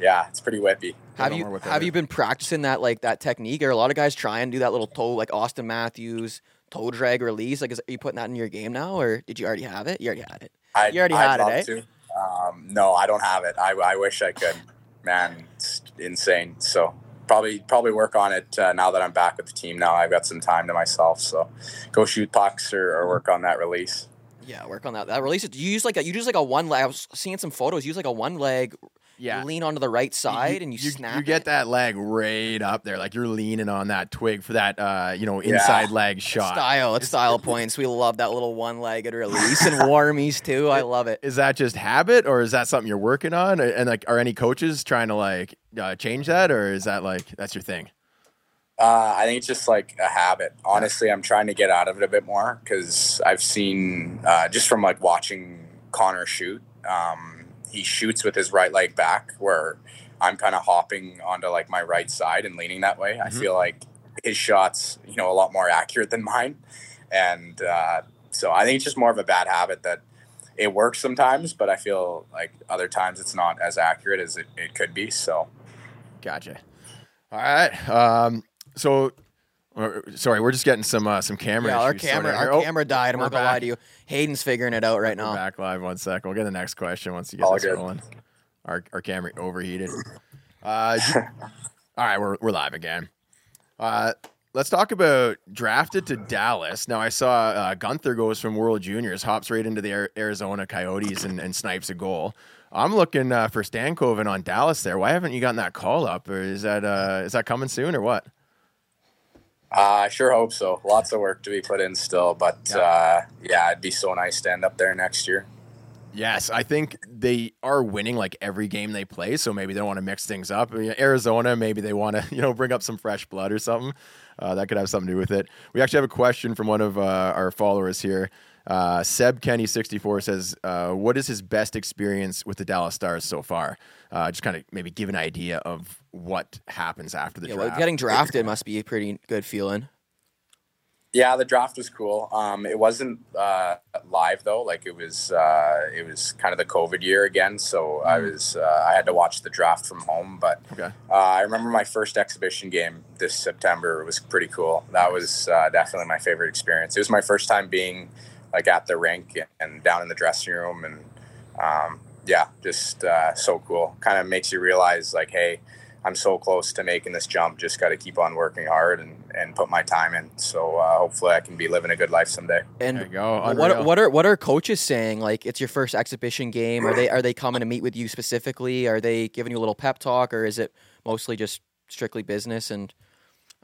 Speaker 6: yeah, it's pretty whippy.
Speaker 2: Have
Speaker 1: don't know
Speaker 2: you
Speaker 1: what that
Speaker 2: have
Speaker 1: is.
Speaker 2: you been practicing that like that technique? Are a lot of guys try and do that little toe like Austin Matthews toe drag release? Like, is, are you putting that in your game now, or did you already have it? You already had it.
Speaker 6: I,
Speaker 2: You already had
Speaker 6: I'd
Speaker 2: it,
Speaker 6: love
Speaker 2: eh?
Speaker 6: to. Um, no, I don't have it. I, I wish I could. Man, it's insane. So probably probably work on it uh, now that I'm back with the team. Now I've got some time to myself, so go shoot pucks or, or work on that release.
Speaker 2: Yeah, work on that. That release. Do you use like a you do just like a one leg? I was seeing some photos. You use like a one leg.
Speaker 1: Yeah.
Speaker 2: You lean onto the right side and you, snap.
Speaker 1: You get
Speaker 2: it.
Speaker 1: that leg right up there, like you're leaning on that twig for that, uh, you know, inside leg shot.
Speaker 2: Style, it's style points. We love that little one-legged release and warmies too. I love it.
Speaker 1: Is that just habit, or is that something you're working on? And like, are any coaches trying to like uh, change that, or is that like that's your thing?
Speaker 6: Uh, I think it's just like a habit. Honestly, I'm trying to get out of it a bit more because I've seen uh, just from like watching Connor shoot. Um, he shoots with his right leg back, where I'm kind of hopping onto like my right side and leaning that way. I
Speaker 1: Mhm.
Speaker 6: feel like his shots, you know, a lot more accurate than mine, and uh, so I think it's just more of a bad habit that it works sometimes, but I feel like other times it's not as accurate as it, it could be. So
Speaker 1: Gotcha. All right. Um, so Or- Sorry, we're just getting some uh, some camera.
Speaker 2: yeah, our
Speaker 1: issues sorted
Speaker 2: camera,
Speaker 1: out
Speaker 2: our
Speaker 1: here. Oh,
Speaker 2: camera died. I'm
Speaker 1: we're
Speaker 2: not gonna lie
Speaker 1: back.
Speaker 2: to you. Hayden's figuring it out right
Speaker 1: We're
Speaker 2: now.
Speaker 1: back live. One sec. We'll get the next question once you get
Speaker 6: All
Speaker 1: this
Speaker 6: good.
Speaker 1: rolling. Our our camera overheated. Uh, you- all right, we're we're live again. Uh, let's talk about drafted to Dallas. Now I saw uh, Gunther goes from World Juniors, hops right into the Ar- Arizona Coyotes, and, and snipes a goal. I'm looking uh, for Stankoven on Dallas. There, why haven't you gotten that call up? Or is that uh, is that coming soon or what?
Speaker 6: Uh, I sure hope so. Lots of work to be put in still, but uh, yeah, it'd be so nice to end up there next year.
Speaker 1: Yes, I think they are winning like every game they play, so maybe they want to mix things up. I mean, Arizona, maybe they want to you know bring up some fresh blood or something. Uh, that could have something to do with it. We actually have a question from one of uh, our followers here. Uh, Seb Kenny sixty four says, uh, "What is his best experience with the Dallas Stars so far?" Uh, just kind of maybe give an idea of what happens after the
Speaker 2: Yeah, well,
Speaker 1: draft.
Speaker 2: getting drafted must be a pretty good feeling.
Speaker 6: Yeah, the draft was cool. Um, it wasn't uh, live though; like it was, uh, it was kind of the COVID year again. So I was, uh, I had to watch the draft from home. But
Speaker 1: okay,
Speaker 6: uh, I remember my first exhibition game this September was pretty cool. That was uh, definitely my favorite experience. It was my first time being like at the rink and down in the dressing room, and um, yeah, just uh, so cool. Kind of makes you realize like, hey, I'm so close to making this jump. Just got to keep on working hard and, and put my time in. So uh, hopefully, I can be living a good life someday.
Speaker 2: And
Speaker 1: there you go.
Speaker 2: Well, What
Speaker 1: Unreal.
Speaker 2: are, what are what are coaches saying? Like it's your first exhibition game. Are they are they coming to meet with you specifically? Are they giving you a little pep talk, or is it mostly just strictly business and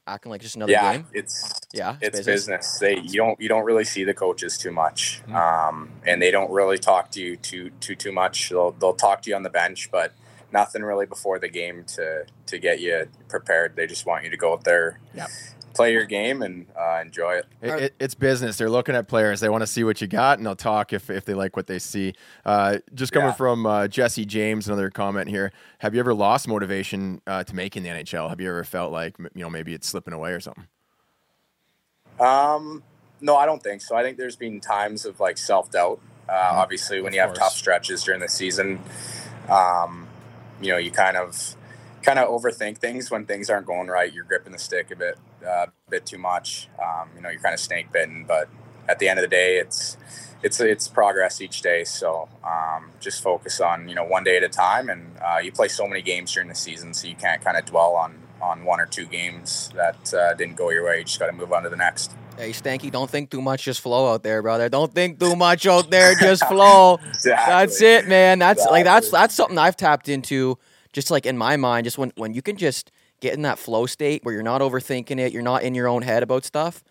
Speaker 2: acting like just another
Speaker 6: yeah,
Speaker 2: game?
Speaker 6: it's
Speaker 2: Yeah,
Speaker 6: it's business. They you don't you don't really see the coaches too much,
Speaker 3: Mm.
Speaker 6: um, and they don't really talk to you too too too much. They'll they'll talk to you on the bench, but nothing really before the game to to get you prepared. They just want you to go out there,
Speaker 1: Yep.
Speaker 6: play your game, and uh, enjoy it.
Speaker 1: It, it, it's business. They're looking at players. They want to see what you got, and they'll talk if, if they like what they see. Uh, just coming
Speaker 6: Yeah.
Speaker 1: from uh, Jesse James, another comment here. Have you ever lost motivation uh, to making the NHL? Have you ever felt like m- you know maybe it's slipping away or something?
Speaker 6: Um, no, I don't think so. I think there's been times of like self doubt. Uh, obviously, when
Speaker 3: Mm-hmm. of
Speaker 6: you have
Speaker 3: course.
Speaker 6: tough stretches during the season, um, you know, you kind of kind of overthink things when things aren't going right. You're gripping the stick a bit, uh, bit too much. Um, you know, you're kind of snake bitten. But at the end of the day, it's it's it's progress each day. So um, just focus on you know one day at a time. And uh, you play so many games during the season, so you can't kind of dwell on on one or two games that uh, didn't go your way. You just got to move on to the next.
Speaker 2: Hey, Stanky, don't think too much. Just flow out there, brother. Don't think too much out there. Just flow.
Speaker 6: Exactly.
Speaker 2: That's it, man. That's like that's
Speaker 6: Exactly.
Speaker 2: that's something I've tapped into. Just like in my mind, just when when you can just get in that flow state where you're not overthinking it, you're not in your own head about stuff.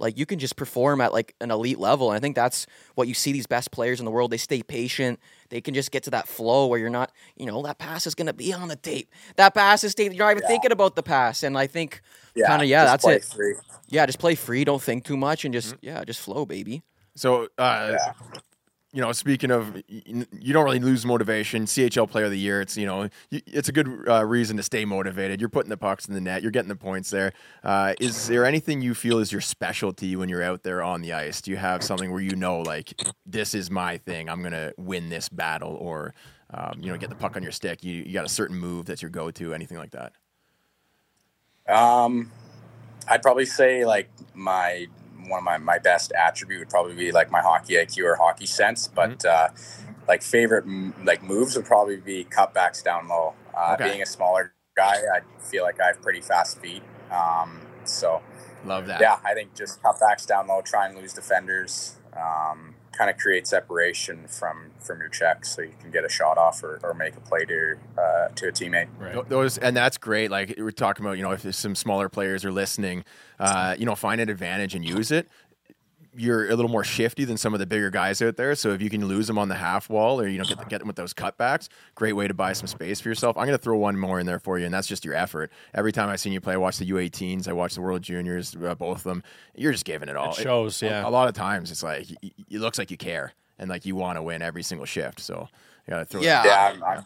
Speaker 2: Like you can just perform at like an elite level, and I think that's what you see these best players in the world. They stay patient. They can just get to that flow where you're not, you know, that pass is gonna be on the tape. That pass is tape. You're not even thinking about the pass, and I think kinda, yeah,
Speaker 6: just
Speaker 2: that's
Speaker 6: play
Speaker 2: it.
Speaker 6: free.
Speaker 2: yeah, just play free. Don't think too much, and
Speaker 6: Mm-hmm.
Speaker 2: just yeah, just flow, baby.
Speaker 1: So, uh,
Speaker 6: Yeah.
Speaker 1: you know, speaking of, y- y- you don't really lose motivation. CHL Player of the Year, it's you know, y- it's a good uh, reason to stay motivated. You're putting the pucks in the net. You're getting the points there. Uh, is there anything you feel is your specialty when you're out there on the ice? Do you have something where you know, like, this is my thing. I'm gonna win this battle, or um, you know, get the puck on your stick. You you got a certain move that's your go-to, anything like that.
Speaker 6: Um, I'd probably say like my one of my, my best attribute would probably be like my hockey IQ or hockey sense, but uh, like favorite m- like moves would probably be cutbacks down low. Uh,
Speaker 1: Okay.
Speaker 6: Being a smaller guy, I feel like I have pretty fast feet. Um, so
Speaker 1: Love that.
Speaker 6: yeah, I think just cutbacks down low, try and lose defenders. Um, kind of create separation from from your check, so you can get a shot off or, or make a play to uh, to a teammate.
Speaker 3: Right.
Speaker 1: Th- Those and that's great. Like we're talking about, you know, if there's some smaller players are listening, uh, you know, find an advantage and use it. You're a little more shifty than some of the bigger guys out there. So if you can lose them on the half wall, or you know, get, get them with those cutbacks, great way to buy some space for yourself. I'm going to throw one more in there for you, and that's just your effort. Every time I've seen you play, I watch the U18s, I watch the World Juniors, uh, both of them. You're just giving oh, it all.
Speaker 3: It shows,
Speaker 1: a-
Speaker 3: yeah.
Speaker 1: A, lot of times, it's like y- y- it looks like you care and like you want to win every single shift. So you got to throw.
Speaker 2: Yeah.
Speaker 6: yeah, I'm, I'm,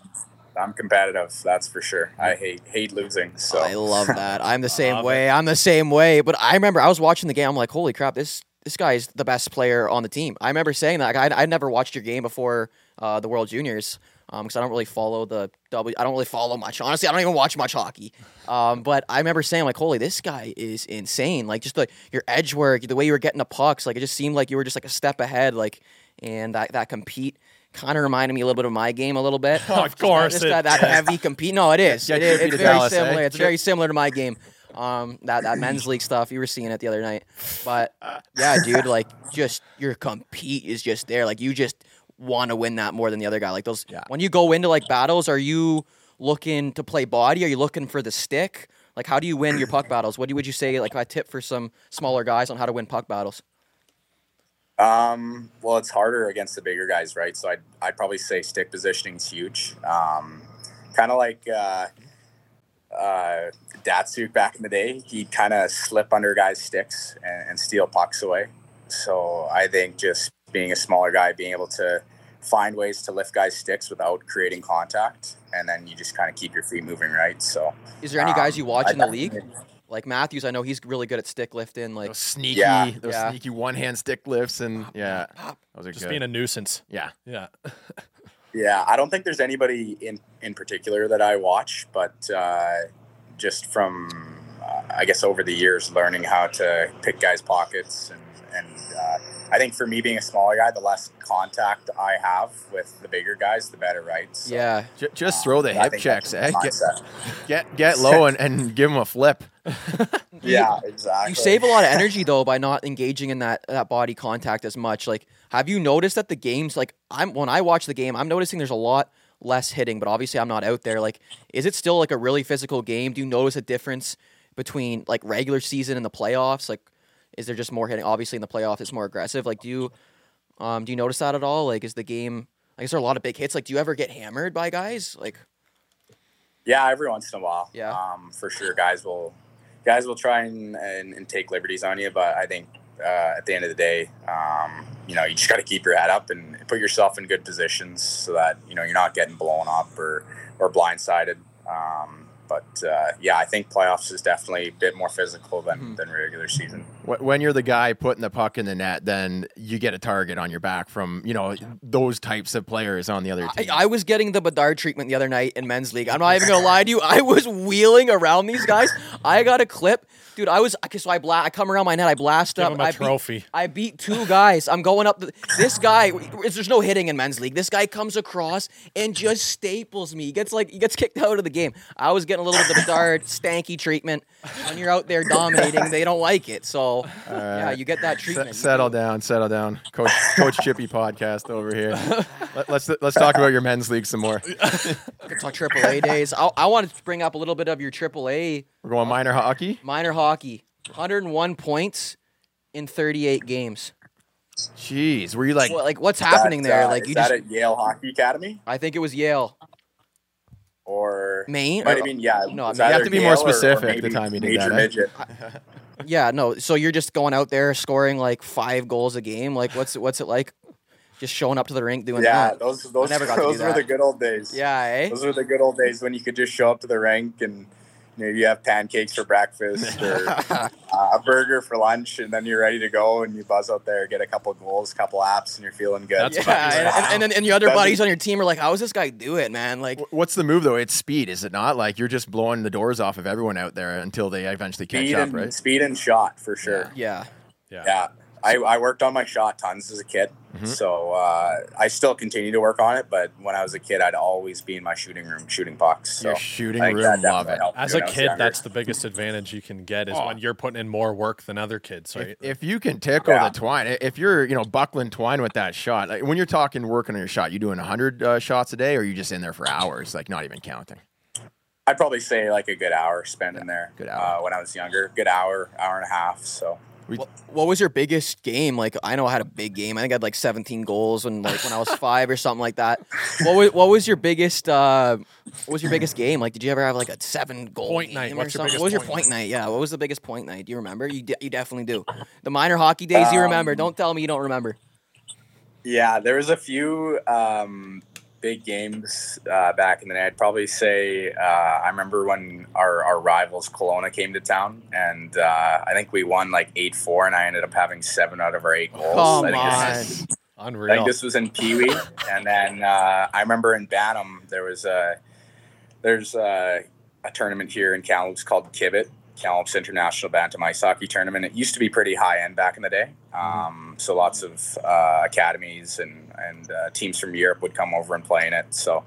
Speaker 6: I'm competitive. That's for sure. I hate hate losing. So
Speaker 2: I love that. I'm the same
Speaker 3: Love
Speaker 2: way. I'm the same way. But I remember I was watching the game. I'm like, holy crap, this this guy is the best player on the team. I remember saying that. Like, I I never watched your game before uh, the World Juniors. because I don't really follow the W. I don't really follow much. Honestly, I don't even watch much hockey. Um, but I remember saying like, "Holy, this guy is insane!" Like just the your edge work, the way you were getting the pucks. Like it just seemed like you were just like a step ahead. Like and that that compete. Kind of reminded me a little bit of my game a little bit.
Speaker 3: Of
Speaker 2: Just that-
Speaker 3: course
Speaker 2: just
Speaker 3: it
Speaker 2: that, that heavy compete. No, it is.
Speaker 1: Yeah,
Speaker 2: it is.
Speaker 1: tribute
Speaker 2: It's
Speaker 1: to
Speaker 2: very
Speaker 1: Dallas, eh?
Speaker 2: similar. It's very similar to my game. Um, that that men's league stuff you were seeing it the other night, but yeah, dude, like just your compete is just there. Like you just want to win that more than the other guy. Like those
Speaker 1: Yeah.
Speaker 2: when you go into like battles, are you looking to play body? Are you looking for the stick? Like how do you win your puck battles? What do- would you say? Like a tip for some smaller guys on how to win puck battles?
Speaker 6: Um, well, it's harder against the bigger guys, right? So I'd, I'd probably say stick positioning is huge. Um, kind of like uh, uh, Datsuk back in the day, he'd kind of slip under guys' sticks and, and steal pucks away. So I think just being a smaller guy, being able to find ways to lift guys' sticks without creating contact, and then you just kind of keep your feet moving, right? So
Speaker 2: Is there any guys
Speaker 6: um,
Speaker 2: you watch
Speaker 6: I
Speaker 2: in the
Speaker 6: definitely-
Speaker 2: league? Like Matthews, I know he's really good at stick lifting. Like
Speaker 1: Those sneaky,
Speaker 6: Yeah.
Speaker 1: those
Speaker 2: Yeah.
Speaker 1: sneaky one hand stick lifts, and yeah, those are
Speaker 3: Just
Speaker 1: good.
Speaker 3: being a nuisance.
Speaker 1: yeah,
Speaker 3: Yeah.
Speaker 6: Yeah, I don't think there's anybody in in particular that I watch, but uh, just from uh, I guess over the years learning how to pick guys' pockets, and and uh, I think for me being a smaller guy, the less contact I have with the bigger guys, the better, right? So, um,
Speaker 2: yeah,
Speaker 1: J- just throw the
Speaker 6: I
Speaker 1: hip
Speaker 6: think
Speaker 1: checks, eh?
Speaker 6: that's
Speaker 1: Get,
Speaker 6: the mindset.
Speaker 1: get get low and, and give them a flip.
Speaker 6: Yeah, exactly.
Speaker 2: You save a lot of energy though by not engaging in that that body contact as much. Like, have you noticed that the games like I'm when I watch the game, I'm noticing there's a lot less hitting, but obviously I'm not out there. Like, is it still like a really physical game? Do you notice a difference between like regular season and the playoffs? Like, is there just more hitting? Obviously in the playoffs it's more aggressive. Like, do you um do you notice that at all? Like, is the game like is there a lot of big hits? Like, do you ever get hammered by guys? Like,
Speaker 6: Yeah, every once in a while.
Speaker 2: Yeah.
Speaker 6: Um, for sure, guys will guys will try and, and, and take liberties on you, but I think uh, at the end of the day, um, you know, you just got to keep your head up and put yourself in good positions so that you know you're not getting blown up or or blindsided. Um, but uh, yeah, I think playoffs is definitely a bit more physical than
Speaker 2: Mhm.
Speaker 6: than regular season.
Speaker 1: Wh- When you're the guy putting the puck in the net, then you get a target on your back from you know those types of players on the other
Speaker 2: I,
Speaker 1: team.
Speaker 2: I was getting the Bedard treatment the other night in men's league. I'm not even gonna lie to you. I was wheeling around these guys. I got a clip, dude. I was okay, so I bla- I come around my net. I blast
Speaker 3: Give
Speaker 2: up.
Speaker 3: him a
Speaker 2: I
Speaker 3: trophy.
Speaker 2: Beat, I beat two guys. I'm going up. The, this guy. There's no hitting in men's league. This guy comes across and just staples me. He gets like he gets kicked out of the game. I was getting a little bit of the Bedard stanky treatment. When you're out there dominating, they don't like it. So yeah, you get that
Speaker 1: Se-
Speaker 2: treatment. You
Speaker 1: settle
Speaker 2: do.
Speaker 1: down, settle down, Coach Coach Chippy podcast over here. Let, let's let's talk about your men's league some more.
Speaker 2: Could talk AAA days. I, I wanted to bring up a little bit of your AAA.
Speaker 1: We're going minor hockey.
Speaker 2: minor hockey 101 points in 38 games
Speaker 1: Jeez, were you like
Speaker 2: What- like what's happening
Speaker 6: That,
Speaker 2: there
Speaker 6: uh,
Speaker 2: like
Speaker 6: is
Speaker 2: you
Speaker 6: that
Speaker 2: just
Speaker 6: at Yale Hockey Academy
Speaker 2: i think it was yale
Speaker 6: or
Speaker 2: Maine?
Speaker 6: Might have been yeah.
Speaker 2: No,
Speaker 6: it was
Speaker 2: I mean-
Speaker 1: You have
Speaker 6: either
Speaker 1: to be more
Speaker 6: Yale or- or
Speaker 1: specific
Speaker 6: maybe
Speaker 1: the time you did
Speaker 6: major
Speaker 1: that, eh?
Speaker 6: midget.
Speaker 2: yeah no so you're just going out there scoring like five goals a game like what's what's it like just showing up to the rink doing
Speaker 6: Yeah,
Speaker 2: that
Speaker 6: those those,
Speaker 2: never got to
Speaker 6: those
Speaker 2: do
Speaker 6: were
Speaker 2: that.
Speaker 6: the good old days.
Speaker 2: yeah eh?
Speaker 6: Those were the good old days when you could just show up to the rink and you know you have pancakes for breakfast or uh, a burger for lunch, and then you're ready to go and you buzz out there, get a couple goals, couple apps, and you're feeling good.
Speaker 3: That's
Speaker 2: yeah and, and, and then and your other
Speaker 6: That'd be-
Speaker 2: buddies on your team are like how does this guy do it man like
Speaker 1: Wh- What's the move though? It's speed, is it not? Like you're just blowing the doors off of everyone out there until they eventually catch
Speaker 6: speed
Speaker 1: up,
Speaker 6: and
Speaker 1: right?
Speaker 6: speed and shot for sure.
Speaker 2: yeah
Speaker 3: Yeah.
Speaker 6: Yeah. I, I worked on my shot tons as a kid.
Speaker 1: Mhm.
Speaker 6: So uh, I still continue to work on it. But when I was a kid, I'd always be in my shooting room shooting pucks. So
Speaker 1: Your shooting
Speaker 6: I think that
Speaker 1: room, love
Speaker 6: definitely
Speaker 1: it.
Speaker 6: helped me
Speaker 3: As
Speaker 6: when
Speaker 3: a
Speaker 6: I was
Speaker 3: kid,
Speaker 6: younger.
Speaker 3: that's the biggest advantage you can get is
Speaker 1: Oh.
Speaker 3: when you're putting in more work than other kids, right?
Speaker 1: If, if you can tickle
Speaker 6: Yeah.
Speaker 1: the twine, i- if you're you know buckling twine with that shot, like when you're talking working on your shot, you doing hundred uh, shots a day, or are you just in there for hours, like not even counting?
Speaker 6: I'd probably say like a good hour spent in there.
Speaker 1: good hour.
Speaker 6: Uh, when I was younger, good hour, hour and a half. So
Speaker 2: what was your biggest game? Like I know I had a big game. I think I had like 17 goals when like when I was five or something like that. What was what was your biggest uh, what was your biggest game? Like did you ever have like a seven goal
Speaker 3: Point
Speaker 2: game
Speaker 3: night.
Speaker 2: or
Speaker 3: What's your
Speaker 2: something?
Speaker 3: biggest
Speaker 2: What was your
Speaker 3: point
Speaker 2: point night? Yeah, what was the biggest point night? Do you remember? You de- you definitely do. The minor hockey days you remember.
Speaker 6: Um,
Speaker 2: Don't tell me you don't remember.
Speaker 6: Yeah, there was a few um, big games uh, back in the day. I'd probably say uh, I remember when our, our rivals Kelowna came to town, and uh, I think we won like eight four, and I ended up having seven out of our eight goals.
Speaker 2: Come
Speaker 6: I think
Speaker 2: on.
Speaker 6: this is- I
Speaker 3: Unreal.
Speaker 6: think this was in Pee Wee, and then uh, I remember in Bantam there was a there's a, a tournament here in Kamloops called Kivit Kamloops International Bantam Ice Hockey Tournament. It used to be pretty high end back in the day,
Speaker 2: Mm-hmm.
Speaker 6: um, so lots of uh, academies and and uh, teams from Europe would come over and play in it. So.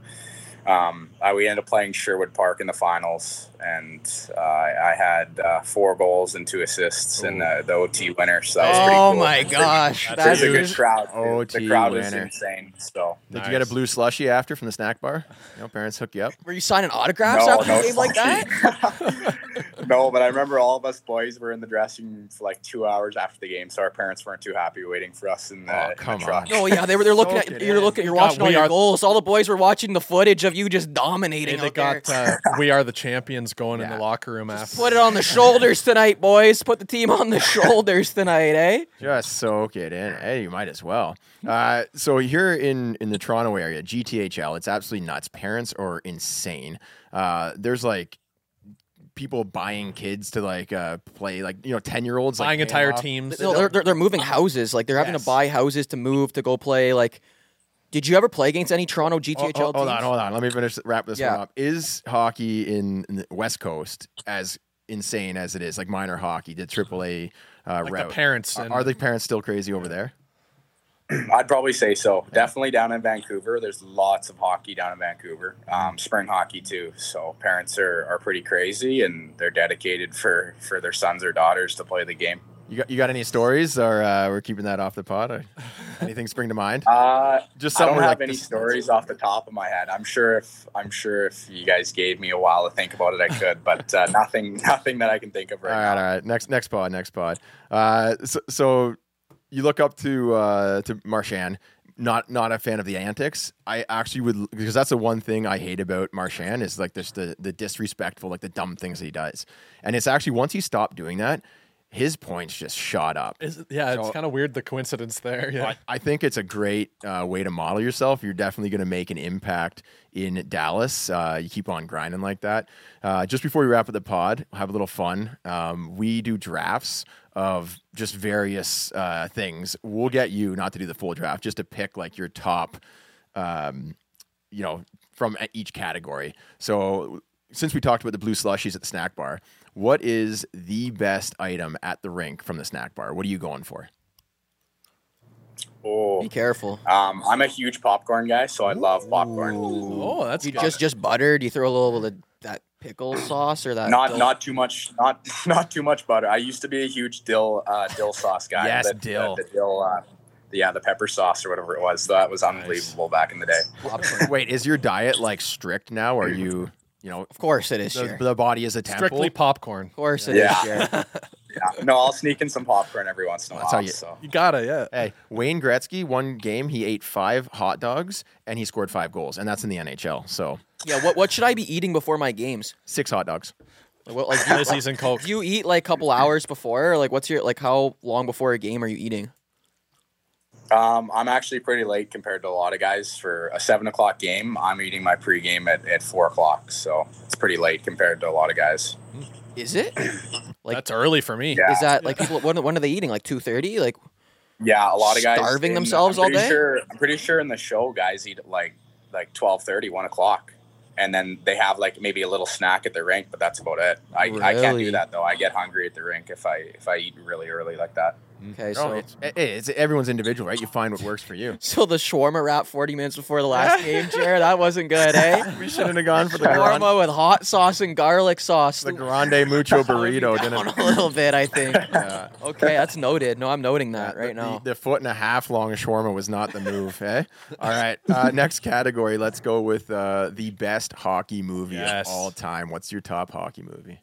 Speaker 6: Um, I, we ended up playing Sherwood Park in the finals, and uh, I I had uh, four goals and two assists in the, the OT winner. So that was pretty
Speaker 2: oh
Speaker 6: cool.
Speaker 2: my
Speaker 6: Pretty-
Speaker 2: gosh,
Speaker 3: That's
Speaker 2: that's
Speaker 6: it's a good
Speaker 2: just-
Speaker 6: crowd.
Speaker 1: OT
Speaker 6: the crowd was
Speaker 1: winner.
Speaker 6: insane. So
Speaker 1: Did you get a
Speaker 3: Nice.
Speaker 1: blue slushy after from the snack bar? No parents hook you up.
Speaker 2: Were you signing autographs after a game like that?
Speaker 6: that. no, but I remember all of us boys were in the dressing room for like two hours after the game, so our parents weren't too happy waiting for us in
Speaker 1: Oh,
Speaker 6: the, in the
Speaker 1: come
Speaker 6: truck.
Speaker 1: on.
Speaker 2: No, yeah, they were. They're looking
Speaker 1: Soak it
Speaker 2: at you're
Speaker 1: in.
Speaker 2: looking. You're
Speaker 3: God,
Speaker 2: watching all
Speaker 3: we
Speaker 2: your
Speaker 3: are-
Speaker 2: goals. All the boys were watching the footage of you just
Speaker 3: Hey,
Speaker 2: dominating.
Speaker 3: they
Speaker 2: out there.
Speaker 3: got uh, we are the champions going in
Speaker 1: Yeah.
Speaker 3: the locker room after.
Speaker 2: Put it on the shoulders tonight, boys. Put the team on the shoulders tonight, eh?
Speaker 1: Just soak it in. Hey, you might as well. Uh, so here in in the Toronto area, GTHL, it's absolutely nuts. Parents are insane. Uh, there's like people buying kids to like uh, play, like you know, ten year olds
Speaker 3: buying
Speaker 1: like, paying
Speaker 3: entire
Speaker 1: off-
Speaker 3: teams.
Speaker 2: No, they're, they're they're moving houses. Like they're having
Speaker 3: Yes.
Speaker 2: to buy houses to move to go play. Like, did you ever play against any Toronto
Speaker 1: Oh,
Speaker 2: GTHL
Speaker 1: oh, hold on,
Speaker 2: teams?
Speaker 1: hold on. Let me finish wrap this
Speaker 2: Yeah.
Speaker 1: one up. Is hockey in, in the West Coast as insane as it is, like minor hockey, the AAA uh,
Speaker 3: like
Speaker 1: route?
Speaker 3: the parents
Speaker 1: Are-
Speaker 3: and
Speaker 1: are the parents still crazy over there?
Speaker 6: I'd probably say so. Definitely down in Vancouver. There's lots of hockey down in Vancouver. Um, spring hockey too. So parents are, are pretty crazy and they're dedicated for, for their sons or daughters to play the game.
Speaker 1: You got you got any stories, or uh, we're keeping that off the pod? Or anything spring to mind?
Speaker 6: Uh,
Speaker 1: Just
Speaker 6: I
Speaker 1: something
Speaker 6: don't have
Speaker 1: like
Speaker 6: any
Speaker 1: this-
Speaker 6: stories off the top of my head. I'm sure if I'm sure if you guys gave me a while to think about it, I could, but uh, nothing nothing that I can think of right,
Speaker 1: all right,
Speaker 6: now.
Speaker 1: all right. Next, next pod, next pod. Uh, so, so you look up to uh, to Marchand. Not not a fan of the antics. I actually would because that's the one thing I hate about Marchand is like just the the disrespectful, like the dumb things he does. And it's actually once he stopped doing that, his points just shot up.
Speaker 3: Is, yeah, it's
Speaker 1: So-
Speaker 3: kind of weird the coincidence there. Yeah.
Speaker 1: I, I think it's a great uh, way to model yourself. You're definitely going to make an impact in Dallas. Uh, you keep on grinding like that. Uh, just before we wrap up the pod, have a little fun. Um, we do drafts of just various uh, things. We'll get you not to do the full draft, just to pick like your top, um, you know, from e- each category. So since we talked about the blue slushies at the snack bar, what is the best item at the rink from the snack bar? What are you going for?
Speaker 2: Be
Speaker 6: Oh,
Speaker 2: careful.
Speaker 6: um, I'm a huge popcorn guy, so I love popcorn.
Speaker 3: Oh, that's
Speaker 2: Do you
Speaker 3: good.
Speaker 2: just just butter? Do you throw a little bit of that pickle sauce or that?
Speaker 6: Not
Speaker 2: dill-
Speaker 6: not too much not not too much butter. I used to be a huge dill uh, dill sauce guy.
Speaker 1: Yes,
Speaker 6: The- the-
Speaker 1: dill.
Speaker 6: The, dill. Uh, the- yeah, the pepper sauce or whatever it was. That was unbelievable back in the day.
Speaker 1: Wait, is your diet like strict now? Are you, you know,
Speaker 2: Of course it is.
Speaker 1: the,
Speaker 2: Sure. Of
Speaker 1: the body is a temple?
Speaker 3: strictly popcorn.
Speaker 2: course it is.
Speaker 6: Yeah.
Speaker 2: Sure.
Speaker 6: Yeah. No, I'll sneak in some popcorn every once in a
Speaker 1: That's
Speaker 6: while.
Speaker 1: how you-
Speaker 6: so.
Speaker 3: You gotta, yeah.
Speaker 1: Hey, Wayne Gretzky, one game he ate five hot dogs and he scored five goals, and that's in the NHL. So
Speaker 2: Yeah, what what should I be eating before my games?
Speaker 1: six hot dogs.
Speaker 2: Like, what, like do you,
Speaker 3: This season coke.
Speaker 2: do you eat like a couple hours before? Or, like what's your like how long before a game are you eating?
Speaker 6: Um, I'm actually pretty late compared to a lot of guys for a seven o'clock game. I'm eating my pregame at, at four o'clock, so it's pretty late compared to a lot of guys.
Speaker 2: Is it? Like
Speaker 3: that's early for me.
Speaker 6: Yeah.
Speaker 2: is that like people when, when are they eating? Like two thirty? Like
Speaker 6: Yeah, a lot of guys
Speaker 2: Starving themselves
Speaker 6: I'm
Speaker 2: all
Speaker 6: pretty
Speaker 2: day?
Speaker 6: Sure, I'm pretty sure in the show, guys eat at like like 12:30, 1 o'clock, and then they have like maybe a little snack at the rink, but that's about it. I, I can't
Speaker 2: Really?
Speaker 6: do that though. I get hungry at the rink if I if I eat really early like that.
Speaker 2: okay,
Speaker 1: No,
Speaker 2: so
Speaker 1: it's, it- it's everyone's individual, right? You find what works for you.
Speaker 2: so the shawarma wrap forty minutes before the last game, Jared. That wasn't good, eh?
Speaker 1: We shouldn't have gone for the grande,
Speaker 2: Shawarma with hot sauce and garlic sauce.
Speaker 1: the grande mucho burrito,
Speaker 2: Down
Speaker 1: didn't
Speaker 2: a little bit, I think.
Speaker 1: Yeah.
Speaker 2: Okay, that's noted. No, I'm noting that
Speaker 1: Yeah,
Speaker 2: right
Speaker 1: the-
Speaker 2: now.
Speaker 1: The, the foot and a half long shawarma was not the move, eh? All right. Uh, next category, let's go with uh, the best hockey movie
Speaker 3: Yes.
Speaker 1: of all time. What's your top hockey movie?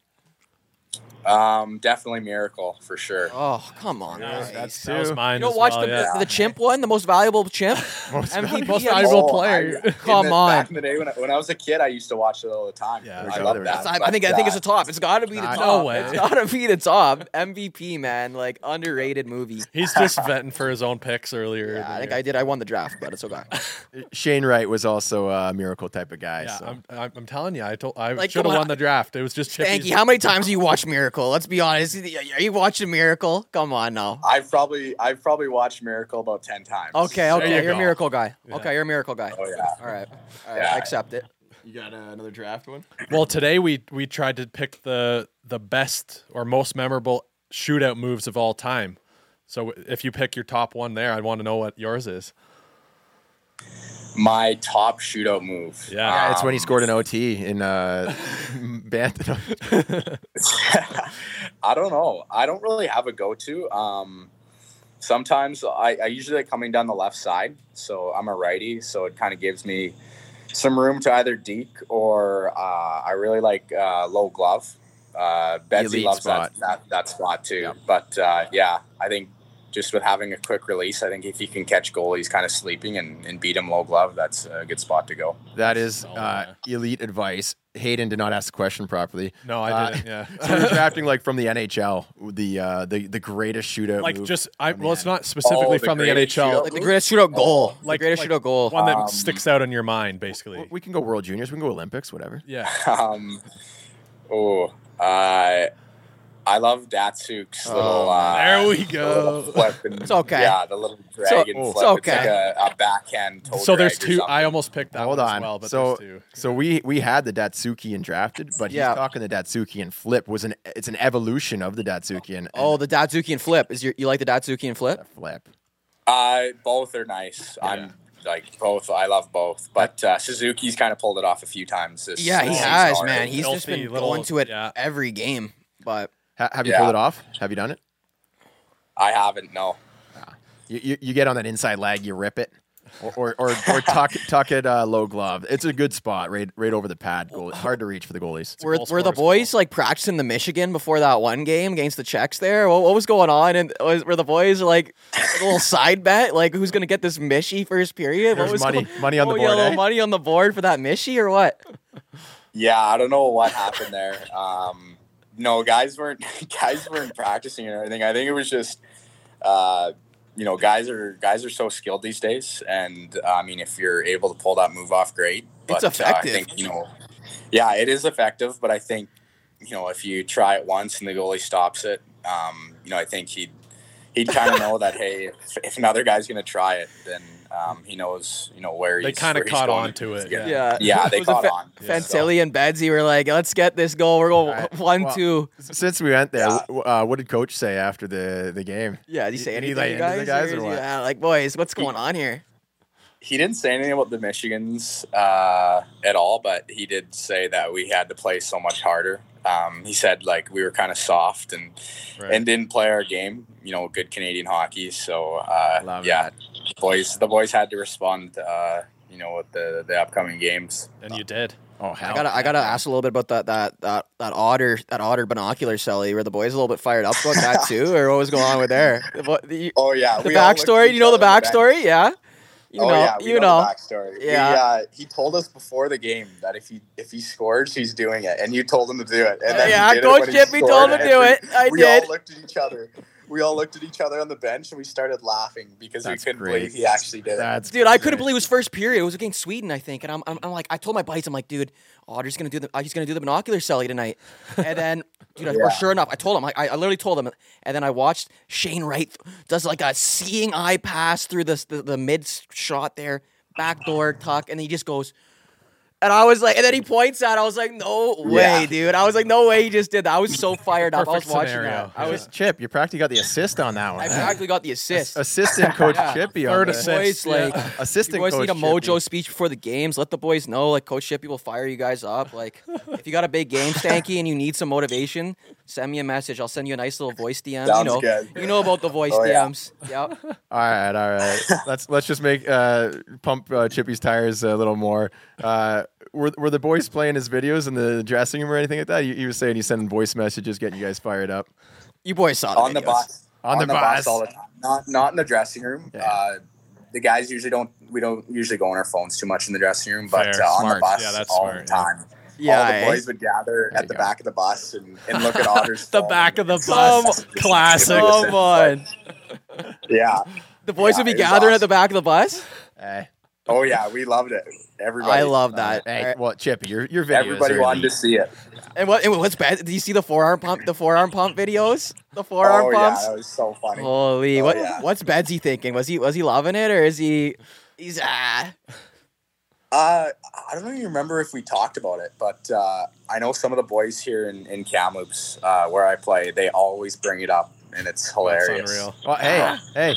Speaker 6: Um, definitely miracle for sure.
Speaker 2: Oh, come on, guys.
Speaker 1: that's
Speaker 3: That was
Speaker 1: Two.
Speaker 3: mine.
Speaker 2: You don't
Speaker 3: as
Speaker 2: watch
Speaker 3: well,
Speaker 2: the,
Speaker 3: yeah.
Speaker 2: the chimp one, the most valuable chimp.
Speaker 1: Most
Speaker 2: MVP.
Speaker 3: most
Speaker 2: yeah,
Speaker 3: valuable
Speaker 2: that's-
Speaker 3: player.
Speaker 6: Oh, I- in
Speaker 2: Come
Speaker 6: the-
Speaker 2: on.
Speaker 6: Back in the day when I, when I was a kid, I used to watch it all the time.
Speaker 3: Yeah.
Speaker 6: I
Speaker 1: Yeah,
Speaker 6: love
Speaker 1: there we
Speaker 6: that.
Speaker 1: go.
Speaker 2: I think I think it's a top. It's got to be the
Speaker 1: Nah,
Speaker 2: top.
Speaker 3: no way.
Speaker 2: It's got to be the top MVP, man. Like underrated movie.
Speaker 3: He's just vetting for his own picks earlier.
Speaker 2: Yeah, I
Speaker 3: than
Speaker 2: think
Speaker 3: you.
Speaker 2: I did. I won the draft, but it's okay.
Speaker 1: Shane Wright was also a miracle type of guy.
Speaker 3: Yeah,
Speaker 1: so.
Speaker 3: I'm, I'm, I'm telling you, I told I
Speaker 2: Like,
Speaker 3: should have
Speaker 2: come on.
Speaker 3: won the draft. It was just
Speaker 2: Thank
Speaker 3: Chippy's.
Speaker 2: you. How many times have you watched watch Miracle. Let's be honest. Are you watching Miracle? Come on now.
Speaker 6: I've probably I've probably watched Miracle about ten times.
Speaker 2: Okay,
Speaker 3: There
Speaker 2: okay,
Speaker 3: you
Speaker 2: you are
Speaker 3: go.
Speaker 2: a miracle guy.
Speaker 3: Yeah.
Speaker 2: Okay, you're a miracle guy.
Speaker 6: Oh yeah.
Speaker 2: All right, all right,
Speaker 6: Yeah.
Speaker 2: I accept it.
Speaker 1: You got uh, another draft one?
Speaker 3: Well, today we we tried to pick the the best or most memorable shootout moves of all time. So if you pick your top one there, I want to know what yours is.
Speaker 6: My top shootout move.
Speaker 3: Yeah.
Speaker 1: Yeah, it's when he
Speaker 6: Um,
Speaker 1: scored an OT in uh, Bantam.
Speaker 6: I don't know. I don't really have a go to. Um, sometimes I, I usually like coming down the left side, so I'm a righty, so it kind of gives me some room to either deke or uh, I really like uh, low glove. Uh, Betsy
Speaker 1: Elite
Speaker 6: loves
Speaker 1: spot.
Speaker 6: That, that that spot too.
Speaker 1: Yeah.
Speaker 6: But uh, yeah, I think just with having a quick release, I think if you can catch goalies kind of sleeping and, and beat him low glove, that's a good spot to go.
Speaker 1: That is
Speaker 3: Oh,
Speaker 1: uh, elite advice. Hayden did not ask the question properly.
Speaker 3: No,
Speaker 1: Uh,
Speaker 3: I didn't.
Speaker 1: So we're
Speaker 3: yeah.
Speaker 1: drafting like from the NHL, the uh, the the greatest shootout.
Speaker 3: like
Speaker 1: move.
Speaker 3: just I
Speaker 1: from the
Speaker 3: well, it's
Speaker 1: end.
Speaker 3: not specifically
Speaker 6: Oh, the
Speaker 3: from the
Speaker 6: greatest
Speaker 3: NHL.
Speaker 6: shootout.
Speaker 2: Like the greatest shootout goal.
Speaker 3: Like-
Speaker 2: Like the greatest
Speaker 3: like-
Speaker 2: shootout goal.
Speaker 3: One that
Speaker 6: Um,
Speaker 3: sticks out in your mind, basically.
Speaker 1: We can go World Juniors. We can go Olympics. Whatever.
Speaker 3: Yeah.
Speaker 6: Um, oh, uh, I love Datsuk's little. Uh,
Speaker 3: There we
Speaker 6: little
Speaker 3: go.
Speaker 6: flip and-
Speaker 2: It's okay.
Speaker 6: Yeah, the little dragon
Speaker 1: oh, it's
Speaker 6: flip. It's like
Speaker 2: okay.
Speaker 6: a, a backhand toe
Speaker 3: So there's
Speaker 6: drag or
Speaker 3: two. I
Speaker 6: something.
Speaker 3: almost picked that
Speaker 1: Hold
Speaker 3: one
Speaker 1: on.
Speaker 3: as well, but
Speaker 1: so
Speaker 3: there's two.
Speaker 1: so we we had the Datsuki and drafted, but
Speaker 2: Yeah.
Speaker 1: he's talking the Datsuki and flip was an it's an evolution of the Datsuki and,
Speaker 2: Oh, the Datsuki and flip. Is your you like the Datsuki and flip?
Speaker 1: and flip.
Speaker 6: Uh, both are nice. I'm like both. I love both. But uh, Suzuki's kind of pulled it off a few times. This
Speaker 2: Yeah, he
Speaker 6: this
Speaker 3: He's
Speaker 2: has,
Speaker 6: season
Speaker 2: man.
Speaker 6: already.
Speaker 2: He's just
Speaker 3: Filthy
Speaker 2: been
Speaker 3: little-
Speaker 2: going to it
Speaker 3: yeah.
Speaker 2: every game. But
Speaker 1: Ha- have you
Speaker 6: Yeah.
Speaker 1: pulled it off? Have you done it?
Speaker 6: I haven't. No.
Speaker 1: You, you, you get on that inside lag, you rip it, or or or, or tuck tuck it uh, low glove. It's a good spot, right right over the pad. Goal. It's hard to reach for the goalies.
Speaker 2: were, were
Speaker 3: goal
Speaker 2: the
Speaker 3: scorer's goal.
Speaker 2: boys like practicing the Michigan before that one game against the Czechs there? What, what was going on? And was, were the boys like a little side bet? Like who's gonna get this Mishi first period?
Speaker 1: There's
Speaker 2: what was
Speaker 1: money
Speaker 2: going-
Speaker 1: money on the
Speaker 2: oh, yeah,
Speaker 1: board.
Speaker 2: a little
Speaker 1: eh?
Speaker 2: money on the board for that Mishi or what?
Speaker 6: Yeah, I don't know what happened there. Um, no, guys weren't guys weren't practicing or anything. I think it was just, uh, you know, guys are guys are so skilled these days, and I mean, if you're able to pull that move off, great.
Speaker 2: It's
Speaker 6: uh,
Speaker 2: effective.
Speaker 6: I think you know. Yeah, it is effective, but I think you know if you try it once and the goalie stops it, um, you know, I think he'd he'd kind of know that hey, if, if another guy's going to try it, then um, he knows you know where
Speaker 3: They
Speaker 6: he's
Speaker 3: kinda
Speaker 6: where he's
Speaker 3: caught
Speaker 6: going.
Speaker 3: on to it,
Speaker 6: Yeah,
Speaker 3: yeah.
Speaker 6: yeah,
Speaker 2: It
Speaker 6: they
Speaker 2: was a
Speaker 6: caught
Speaker 2: fa-
Speaker 6: on.
Speaker 3: Yeah.
Speaker 6: So-
Speaker 2: Fantilli and Bedsy were like, "Let's get this goal. We're going
Speaker 1: Alright,
Speaker 2: one,
Speaker 1: well-
Speaker 2: two."
Speaker 1: Since we went there, uh, what did coach say after the the game?
Speaker 2: Yeah, did you say
Speaker 1: Did he
Speaker 2: anything,
Speaker 1: lay
Speaker 2: you
Speaker 1: into the guys
Speaker 2: guys? Or
Speaker 1: or
Speaker 2: is he-
Speaker 1: what?
Speaker 2: uh, like, boys, what's going on here?
Speaker 6: he didn't say anything about the Michigans uh, at all, but he did say that we had to play so much harder. Um, he said like we were kind of soft and
Speaker 3: Right.
Speaker 6: and didn't play our game. You know, good Canadian hockey. So uh,
Speaker 1: Love
Speaker 6: yeah, boys, the boys had to respond. Uh, you know, with the the upcoming games.
Speaker 3: and you did.
Speaker 1: Oh hell!
Speaker 2: I gotta, I gotta ask a little bit about that, that, that, that otter, that otter binocular celly. Were the boys a little bit fired up about that too, or what was going on with there? What, the
Speaker 6: Oh yeah,
Speaker 2: the
Speaker 6: we all looked at
Speaker 2: backstory,
Speaker 6: each
Speaker 2: you know the
Speaker 6: other and-
Speaker 2: backstory, yeah. You know,
Speaker 6: oh yeah, we
Speaker 2: you know.
Speaker 6: know, the backstory. We,
Speaker 2: Yeah.
Speaker 6: uh, he told us before the game that if he if he scores, he's doing it, and you told him to do it. And then he
Speaker 2: yeah,
Speaker 6: did it
Speaker 2: Coach
Speaker 6: when he
Speaker 2: Jippy
Speaker 6: scored,
Speaker 2: told him to
Speaker 6: and
Speaker 2: do
Speaker 6: we-
Speaker 2: it. I
Speaker 6: we
Speaker 2: did.
Speaker 6: all looked at each other. We all looked at each other on the bench and we started laughing because
Speaker 1: That's
Speaker 6: we couldn't
Speaker 1: great.
Speaker 6: believe he actually did it.
Speaker 1: That's
Speaker 2: Dude, I couldn't believe it was first period. It was against Sweden, I think. And I'm, I'm, I'm like, I told my buddies, I'm like, dude, Otter's gonna do the, uh, he's gonna do the binocular celly tonight. And then, dude, I-
Speaker 6: Yeah.
Speaker 2: or sure enough, I told him, like, I, I literally told him. And then I watched Shane Wright does like a seeing eye pass through this the, the mid shot there, backdoor tuck, and he just goes. And I was like, and then he points out. I was like, no way,
Speaker 6: Yeah.
Speaker 2: dude. I was like, no way, he just did that. I was so fired up. I was
Speaker 3: Perfect
Speaker 2: watching
Speaker 3: scenario.
Speaker 2: that. I was,
Speaker 1: Chip. You practically got the assist on that
Speaker 2: I
Speaker 1: one.
Speaker 2: practically got the assist.
Speaker 1: Assistant coach Chippy. on
Speaker 3: Third
Speaker 1: the-
Speaker 3: assist.
Speaker 2: Boys, like,
Speaker 3: yeah.
Speaker 1: Assistant
Speaker 2: You boys
Speaker 1: coach
Speaker 2: need a
Speaker 1: Chippy.
Speaker 2: mojo speech before the games. Let the boys know, like Coach Shippy will fire you guys up. Like if you got a big game, Stanky, and you need some motivation, send me a message. I'll send you a nice little voice DM. you
Speaker 6: Sounds
Speaker 2: know,
Speaker 6: good.
Speaker 2: you know about the voice
Speaker 6: Oh, yeah.
Speaker 2: DMs. Yep.
Speaker 1: All right, all right. let's let's just make uh, pump uh, Chippy's tires a little more. Uh, were were the boys playing his videos in the dressing room or anything like that? He, he was saying he's sending voice messages, getting you guys fired up.
Speaker 2: You boys saw
Speaker 6: on the
Speaker 2: videos.
Speaker 6: bus.
Speaker 1: On the bus.
Speaker 6: all the time. Not not in the dressing room.
Speaker 1: Yeah.
Speaker 6: Uh, the guys usually don't we don't usually go on our phones too much in the dressing room, but
Speaker 3: Fair.
Speaker 6: uh, on
Speaker 3: Smart.
Speaker 6: the bus
Speaker 3: Yeah, that's
Speaker 6: all
Speaker 3: smart,
Speaker 6: the
Speaker 3: yeah.
Speaker 6: time.
Speaker 2: Yeah.
Speaker 6: all
Speaker 2: eh?
Speaker 6: the boys would gather
Speaker 1: There
Speaker 6: at
Speaker 1: you
Speaker 6: the
Speaker 1: go.
Speaker 6: back of the bus and, and look at Otter's
Speaker 3: The
Speaker 6: phone.
Speaker 3: back of the
Speaker 6: It's
Speaker 3: bus.
Speaker 6: just- it's
Speaker 3: Classic.
Speaker 6: just-
Speaker 2: Come on.
Speaker 6: Yeah.
Speaker 2: The boys
Speaker 6: Yeah,
Speaker 2: would be
Speaker 6: it was
Speaker 2: gathering at
Speaker 6: awesome.
Speaker 2: the back of the bus.
Speaker 1: Eh.
Speaker 6: Oh yeah, we loved it. Everybody,
Speaker 2: I love that.
Speaker 1: Hey,
Speaker 2: Alright.
Speaker 1: well, Chippy, your your video.
Speaker 6: eh. Everybody wanted to see it.
Speaker 2: And what? And what's bad? Did you see the forearm pump? The forearm pump videos? The forearm
Speaker 6: oh
Speaker 2: pumps?
Speaker 6: yeah, that was so funny.
Speaker 2: Holy!
Speaker 6: Oh,
Speaker 2: what?
Speaker 6: yeah.
Speaker 2: What's Bedsy thinking? Was he was he loving it or is he? He's ah.
Speaker 6: Uh, I don't even remember if we talked about it, but uh, I know some of the boys here in in Kamloops, uh, where I play, they always bring it up, and it's
Speaker 3: That's
Speaker 6: hilarious.
Speaker 3: unreal.
Speaker 1: Well, hey, hey,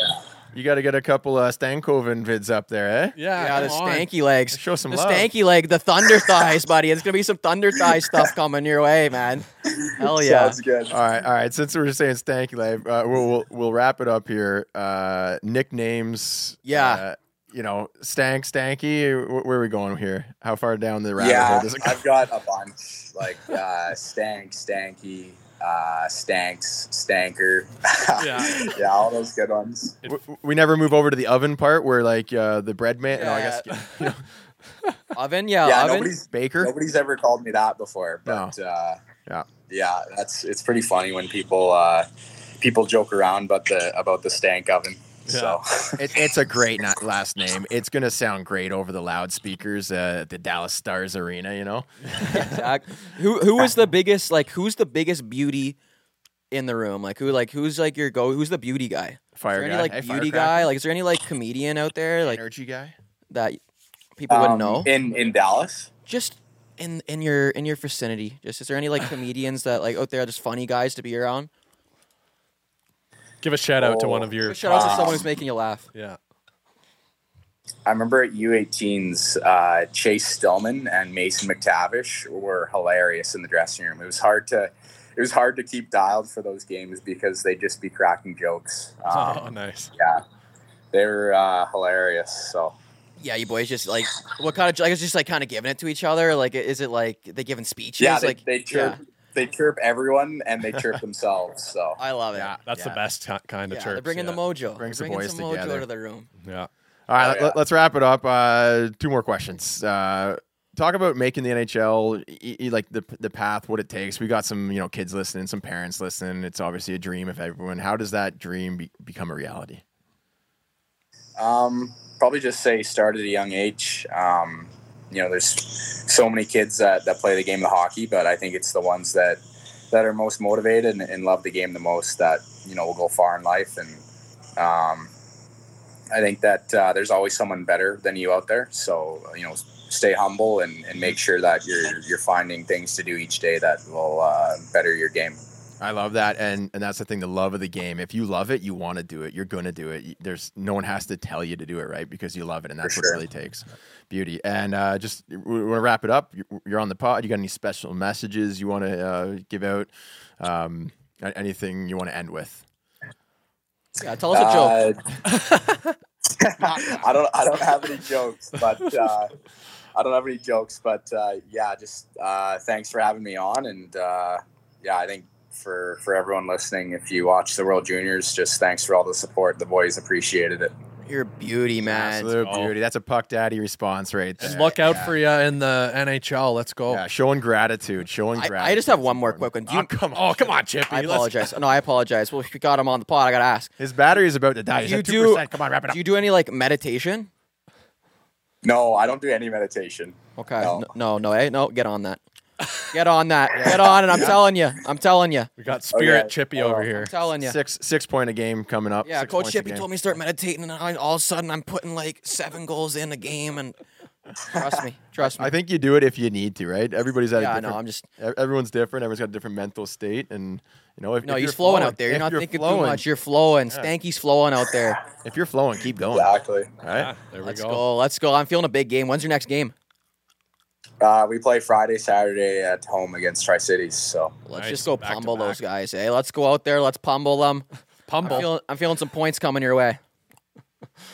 Speaker 1: you got to get a couple uh, Stankoven vids up there, eh?
Speaker 3: Yeah,
Speaker 2: Yeah, the
Speaker 3: come on.
Speaker 2: stanky legs.
Speaker 1: Show some
Speaker 2: the
Speaker 1: love.
Speaker 2: stanky leg, the thunder thighs, buddy. It's gonna be some thunder thigh stuff coming your way, man. Hell yeah!
Speaker 6: Sounds good.
Speaker 1: All right, all right. Since we we're saying stanky leg, uh, we'll, we'll we'll wrap it up here. Uh, nicknames.
Speaker 2: Yeah.
Speaker 1: Uh, you know, stank, stanky. Wh- Where are we going here? How far down the rabbit hole
Speaker 6: yeah,
Speaker 1: does it go?
Speaker 6: I've got a bunch like uh, stank, stanky, uh, stanks, stanker.
Speaker 3: Yeah.
Speaker 6: yeah, all those good ones.
Speaker 1: W- w- We never move over to the oven part where like uh, the bread man. No, I guess you know,
Speaker 2: Oven, yeah,
Speaker 6: yeah,
Speaker 2: oven.
Speaker 6: nobody's
Speaker 1: baker.
Speaker 6: nobody's ever called me that before,
Speaker 1: No.
Speaker 6: but uh,
Speaker 1: Yeah.
Speaker 6: yeah, that's it's pretty funny when people uh, people joke around about the about the stank oven.
Speaker 3: Yeah.
Speaker 6: So.
Speaker 1: It, it's a great not last name. It's gonna sound great over the loudspeakers uh, at the Dallas Stars Arena. You know,
Speaker 2: Exact- Who who is the biggest? Like who's the biggest beauty in the room? Like who? Like who's like your go? Who's the beauty guy? Is
Speaker 1: fire
Speaker 2: there
Speaker 1: guy,
Speaker 2: any like
Speaker 1: Hey,
Speaker 2: beauty
Speaker 1: firecracker.
Speaker 2: guy? Like is there any like comedian out there like
Speaker 1: energy guy.
Speaker 2: that people wouldn't know?
Speaker 6: Um, in in Dallas.
Speaker 2: just in in your in your vicinity just is there any like comedians that like out there are just funny guys to be around
Speaker 3: Give a shout out to
Speaker 6: Oh.
Speaker 3: one of your.
Speaker 2: shout out to
Speaker 6: Um,
Speaker 2: someone who's making you laugh
Speaker 3: Yeah.
Speaker 6: I remember at U18s, uh, Chase Stillman and Mason McTavish were hilarious in the dressing room. It was hard to it was hard to keep dialed for those games because they'd just be cracking jokes.
Speaker 3: oh,
Speaker 6: Um,
Speaker 3: nice.
Speaker 6: yeah, they were uh, hilarious. So
Speaker 2: yeah you boys just like what kind of like it's just like kind of giving it to each other like is it like they giving speeches
Speaker 6: yeah, they,
Speaker 2: like
Speaker 6: they chirp
Speaker 2: yeah.
Speaker 6: they chirp everyone and they chirp themselves. So
Speaker 2: i love it
Speaker 1: Yeah.
Speaker 3: That's the best ki- kind of
Speaker 2: Yeah,
Speaker 3: church.
Speaker 2: they're bringing
Speaker 3: yeah.
Speaker 2: the mojo
Speaker 1: Brings the
Speaker 2: they're bringing
Speaker 1: boys
Speaker 2: some mojo
Speaker 1: together.
Speaker 2: to the room
Speaker 3: Yeah.
Speaker 1: All right,
Speaker 6: Oh,
Speaker 1: let-
Speaker 6: yeah.
Speaker 1: let's wrap it up. Uh, two more questions. Uh, talk about making the NHL, e- e- like the the path, what it takes. We got some you know kids listening, some parents listening. It's obviously a dream of everyone. How does that dream be- become a reality?
Speaker 6: Um, probably just say start at a young age. Um, you know, there's so many kids that, that play the game of hockey, but I think it's the ones that that are most motivated and, and love the game the most that you know will go far in life. And um, I think that uh, there's always someone better than you out there. So you know, stay humble and, and make sure that you're you're finding things to do each day that will uh, better your game.
Speaker 1: I love that, and and that's the thing, the love of the game. If you love it, you want to do it. You're gonna do it. You- There's no one has to tell you to do it, right? Because you love it, and that's what it
Speaker 6: sure.
Speaker 1: really takes. Beauty, and uh, just we want to wrap it up. You're- You're on the pod. You got any special messages you want to uh, give out? Um, a- anything you want to end with?
Speaker 2: yeah tell us a joke
Speaker 6: Uh, I don't. I don't have any jokes, but uh, I don't have any jokes. But uh, yeah, just uh, thanks for having me on, and uh, yeah, I think for for everyone listening, if you watch the World Juniors, just thanks for all the support. The boys appreciated it.
Speaker 2: you're a beauty man
Speaker 1: Absolute
Speaker 3: go.
Speaker 1: beauty. That's a puck daddy response right there.
Speaker 3: Just look out
Speaker 1: yeah. Oh.
Speaker 3: for you in the NHL. Let's go.
Speaker 1: Yeah, showing gratitude. Showing
Speaker 2: I,
Speaker 1: gratitude.
Speaker 2: I just have
Speaker 1: is
Speaker 2: one more
Speaker 1: important.
Speaker 2: quick one do
Speaker 3: Oh,
Speaker 2: you,
Speaker 3: come on. Oh, come on, Chippy.
Speaker 2: i
Speaker 3: Let's-
Speaker 2: apologize no i apologize well if we got him on the pod i gotta ask
Speaker 1: His battery is about to die. He's
Speaker 2: You
Speaker 1: at
Speaker 2: do-
Speaker 1: 2%. Come on, wrap it up.
Speaker 2: do you do any like meditation
Speaker 6: No, I don't do any meditation.
Speaker 2: Okay.
Speaker 6: No.
Speaker 2: No, no, no, eh? no, get on that. Get on that. Get on it. I'm telling you. I'm telling you.
Speaker 3: We got Spirit
Speaker 6: Okay.
Speaker 3: Chippy
Speaker 6: Oh.
Speaker 3: over here.
Speaker 2: I'm telling you.
Speaker 1: Six six point a game coming up.
Speaker 2: Yeah,
Speaker 1: Six
Speaker 2: Coach
Speaker 1: points a
Speaker 2: Chippy
Speaker 1: game.
Speaker 2: told me to start meditating, and I, all of a sudden I'm putting like seven goals in a game. And trust me, trust me.
Speaker 1: I think you do it if you need to, right? Everybody's at
Speaker 2: yeah,
Speaker 1: a
Speaker 2: I
Speaker 1: different.
Speaker 2: know. I'm just
Speaker 1: e- Everyone's different. Everyone's got a different mental state, and you know if
Speaker 2: no.
Speaker 1: if
Speaker 2: You're
Speaker 1: you're
Speaker 2: flowing, out there. You're
Speaker 1: if
Speaker 2: not thinking
Speaker 1: flowing,
Speaker 2: too much. You're flowing. Stanky's flowing out there.
Speaker 1: If you're flowing, keep going.
Speaker 6: Exactly.
Speaker 1: All right.
Speaker 3: There we
Speaker 2: Let's
Speaker 3: go.
Speaker 2: go. Let's go. I'm feeling a big game. When's your next game?
Speaker 6: Uh, we play Friday, Saturday at home against Tri Cities. So
Speaker 2: Let's
Speaker 3: Nice.
Speaker 2: just go
Speaker 3: Back to
Speaker 2: pummel those
Speaker 3: back.
Speaker 2: guys. Hey, let's go out there. Let's pummel them. I'm
Speaker 3: Pumble.
Speaker 2: feeling, I'm feeling some points coming your way.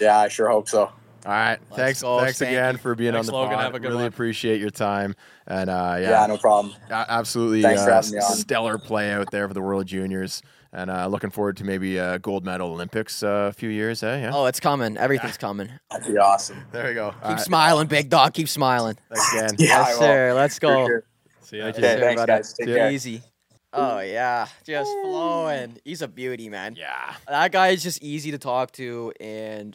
Speaker 6: yeah, I sure hope so.
Speaker 1: All right.
Speaker 2: Let's
Speaker 1: Thanks.
Speaker 2: go,
Speaker 1: thanks
Speaker 2: Stanky.
Speaker 1: again for being
Speaker 3: Thanks,
Speaker 1: on the
Speaker 3: Logan.
Speaker 1: pod.
Speaker 3: Have a good
Speaker 1: really
Speaker 3: one.
Speaker 1: appreciate your time. And uh,
Speaker 6: Yeah, no problem.
Speaker 1: A- absolutely
Speaker 6: Thanks for
Speaker 1: uh,
Speaker 6: having me on.
Speaker 1: stellar play out there for the World Juniors, and uh, looking forward to maybe a gold medal Olympics uh, a few years. Eh? Yeah.
Speaker 2: Oh, it's coming. Everything's coming. Keep
Speaker 6: That'd be awesome.
Speaker 1: there you go. All right,
Speaker 2: smiling, big dog. Keep smiling.
Speaker 1: Thanks again.
Speaker 6: Yeah, I
Speaker 2: yes,
Speaker 6: will.
Speaker 2: sir. Let's
Speaker 6: For
Speaker 2: go.
Speaker 6: sure.
Speaker 3: See ya.
Speaker 6: Okay,
Speaker 2: Sure,
Speaker 6: thanks,
Speaker 2: buddy.
Speaker 6: guys. Take
Speaker 1: See ya.
Speaker 6: care.
Speaker 2: Easy. Oh yeah, just flowing. He's a beauty, man.
Speaker 1: Yeah.
Speaker 2: That guy is just easy to talk to and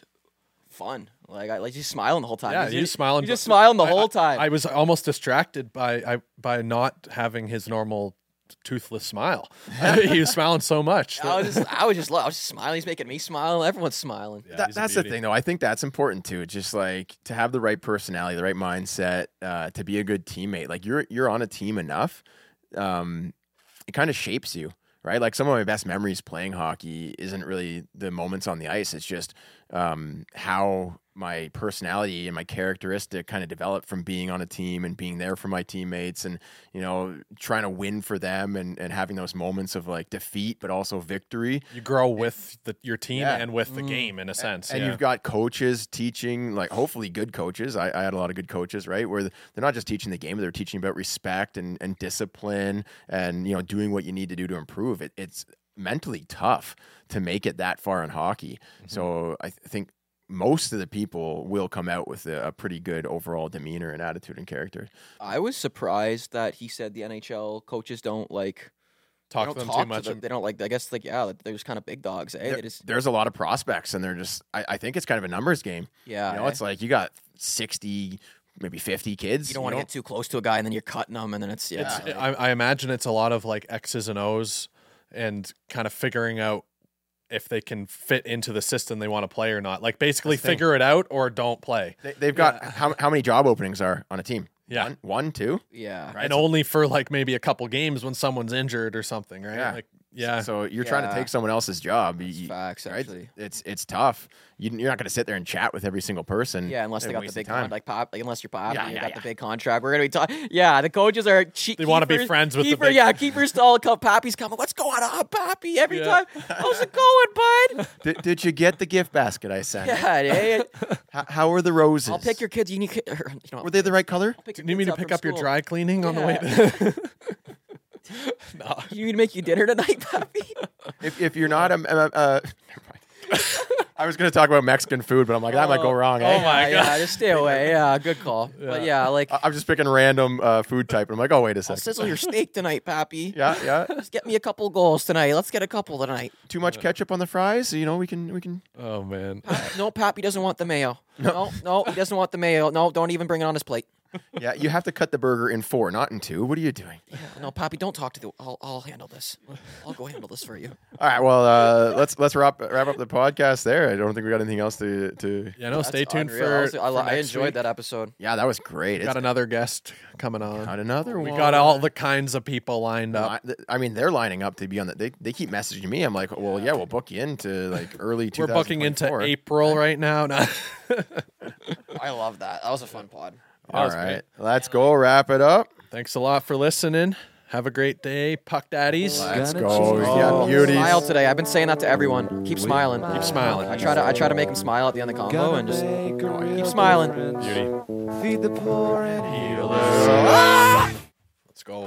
Speaker 2: fun. Like I like just smiling the whole time.
Speaker 3: Yeah,
Speaker 2: He's-
Speaker 3: you
Speaker 2: he-
Speaker 3: smiling,
Speaker 2: he
Speaker 3: but-
Speaker 2: just smiling the
Speaker 3: I-
Speaker 2: whole
Speaker 3: I-
Speaker 2: time.
Speaker 3: I was almost distracted by I, by not having his normal toothless smile. he was smiling so much.
Speaker 2: I was just, I was just, lo- I was just smiling. He's making me smile. Everyone's smiling.
Speaker 3: Yeah,
Speaker 1: That,
Speaker 3: he's a
Speaker 1: that's the
Speaker 3: beauty.
Speaker 1: thing, though. I think that's important too. It's just like to have the right personality, the right mindset, uh, to be a good teammate. Like you're you're on a team enough. Um, it kind of shapes you, right? Like some of my best memories playing hockey isn't really the moments on the ice. It's just um, how my personality and my characteristic kind of developed from being on a team and being there for my teammates and you know trying to win for them and, and having those moments of like defeat but also victory
Speaker 3: You grow with the, your team
Speaker 1: Yeah.
Speaker 3: and with the
Speaker 2: Mm.
Speaker 3: game in a sense.
Speaker 1: and
Speaker 3: yeah.
Speaker 1: you've got coaches teaching, like hopefully good coaches. I, I had a lot of good coaches, right? Where they're not just teaching the game, but they're teaching about respect and, and discipline and, you know, doing what you need to do to improve. It, it's mentally tough to make it that far in hockey. So
Speaker 2: Mm-hmm.
Speaker 1: I th- think most of the people will come out with a, a pretty good overall demeanor and attitude and character.
Speaker 2: I was surprised that he said the NHL coaches don't like they
Speaker 3: talk to
Speaker 2: don't
Speaker 3: them
Speaker 2: talk
Speaker 3: too
Speaker 2: to
Speaker 3: much.
Speaker 2: them.
Speaker 3: and-
Speaker 2: They don't like. I guess like yeah, like, they're just kind of big dogs. Eh? They
Speaker 1: There-
Speaker 2: just
Speaker 1: there's a lot of prospects and they're just, I, I think it's kind of a numbers game.
Speaker 2: yeah.
Speaker 1: You know,
Speaker 2: eh?
Speaker 1: it's like you got 60, maybe 50 kids.
Speaker 2: you don't want to
Speaker 1: know?
Speaker 2: get too close to a guy and then you're cutting him and then it's yeah.
Speaker 3: It's,
Speaker 2: like-
Speaker 3: I, I imagine it's a lot of like X's and O's and kind of figuring out if they can fit into the system they want to play or not. Like basically
Speaker 1: That's the thing.
Speaker 3: figure it out or don't play.
Speaker 1: They, they've got how, how many job openings are on a team?
Speaker 3: Yeah.
Speaker 1: one, one, two.
Speaker 2: yeah.
Speaker 1: Right,
Speaker 3: and
Speaker 1: so-
Speaker 3: only for like maybe a couple games when someone's injured or something, right?
Speaker 1: Yeah.
Speaker 3: Like yeah.
Speaker 1: So you're trying to
Speaker 2: Yeah.
Speaker 1: take someone else's job. You-
Speaker 2: That's
Speaker 1: you-
Speaker 2: facts
Speaker 1: right?
Speaker 2: actually.
Speaker 1: It's it's tough. You, you're not going to sit there and chat with every single
Speaker 3: Mm.
Speaker 1: person.
Speaker 2: Yeah, unless they
Speaker 1: and
Speaker 2: got the
Speaker 1: waste
Speaker 2: big
Speaker 1: time.
Speaker 2: con- like pop, like, unless you're pop,
Speaker 1: Yeah,
Speaker 2: and you
Speaker 1: yeah,
Speaker 2: got
Speaker 1: yeah.
Speaker 2: the big contract. We're gonna be talking. Yeah, the coaches are. Che-
Speaker 3: They wanna be
Speaker 2: keepers-
Speaker 3: friends with the
Speaker 2: keeper,
Speaker 3: big-
Speaker 2: Yeah, keepers all come. Poppy's coming. What's going on, uh, Poppy? Every time.
Speaker 3: Yeah.
Speaker 2: How's it going, bud?
Speaker 1: did, did you get the gift basket I sent?
Speaker 2: yeah, yeah.
Speaker 1: How, how are the roses?
Speaker 2: I'll pick your kids. You need. ki- or, You know,
Speaker 1: Were they the right color?
Speaker 2: I'll pick
Speaker 3: Do
Speaker 2: your
Speaker 3: you need me
Speaker 2: kids
Speaker 3: to pick
Speaker 2: from
Speaker 3: up your
Speaker 2: school.
Speaker 3: dry cleaning on the way? no.
Speaker 2: You need to make you dinner tonight, Poppy.
Speaker 1: If, if you're not a, a, a- never mind. I was going to talk about Mexican food, but I'm like that might go wrong. eh?
Speaker 3: oh my
Speaker 2: yeah,
Speaker 3: God. Uh,
Speaker 2: Yeah, just stay away. Yeah, good call. But yeah, like
Speaker 1: I- I'm just picking random uh, food type, and I'm like, oh wait a
Speaker 2: I'll
Speaker 1: second.
Speaker 2: sizzle your steak tonight, Poppy.
Speaker 1: Yeah, yeah.
Speaker 2: Just get me a couple goals tonight. Let's get a couple tonight.
Speaker 1: Too much ketchup on the fries. You know, we can we can
Speaker 3: Oh man.
Speaker 2: No, Poppy doesn't want the mayo. No, no, he doesn't want the mayo. No, don't even bring it on his plate.
Speaker 1: Yeah, you have to cut the burger in four, not in two. What are you doing?
Speaker 2: No, Poppy, don't talk to the. I'll, I'll handle this. I'll go handle this for you.
Speaker 1: All right, well, uh, let's let's wrap wrap up the podcast there. I don't think we got anything else to to.
Speaker 3: Yeah, no, stay tuned for,
Speaker 2: I,
Speaker 3: for
Speaker 2: I
Speaker 3: next
Speaker 2: enjoyed
Speaker 3: week.
Speaker 2: that episode.
Speaker 1: Yeah, that was great.
Speaker 3: Got
Speaker 1: It's
Speaker 3: another guest coming on.
Speaker 1: got another
Speaker 3: we
Speaker 1: one.
Speaker 3: got all the kinds of people lined up.
Speaker 1: I, I mean, they're lining up to be on the. They, they keep messaging me. I'm like, well, yeah, we'll book you into like early.
Speaker 3: We're booking into
Speaker 1: 2024.
Speaker 3: April right now. No.
Speaker 2: I love that. That was a fun pod.
Speaker 1: All
Speaker 3: was great.
Speaker 1: right, let's go wrap it up.
Speaker 3: Thanks a lot for listening. Have a great day, Puck Daddies.
Speaker 1: Let's
Speaker 4: Gonna
Speaker 1: go.
Speaker 4: choose
Speaker 1: Yeah, beauties.
Speaker 2: Smile today. I've been saying that to everyone. Keep smiling.
Speaker 3: Keep smiling.
Speaker 2: I try to. I try to make them smile at the end of the combo
Speaker 4: Gonna
Speaker 2: and just.
Speaker 4: make a real
Speaker 2: keep smiling.
Speaker 4: difference.
Speaker 3: Beauty.
Speaker 4: Feed the poor and
Speaker 3: Ah! Let's go.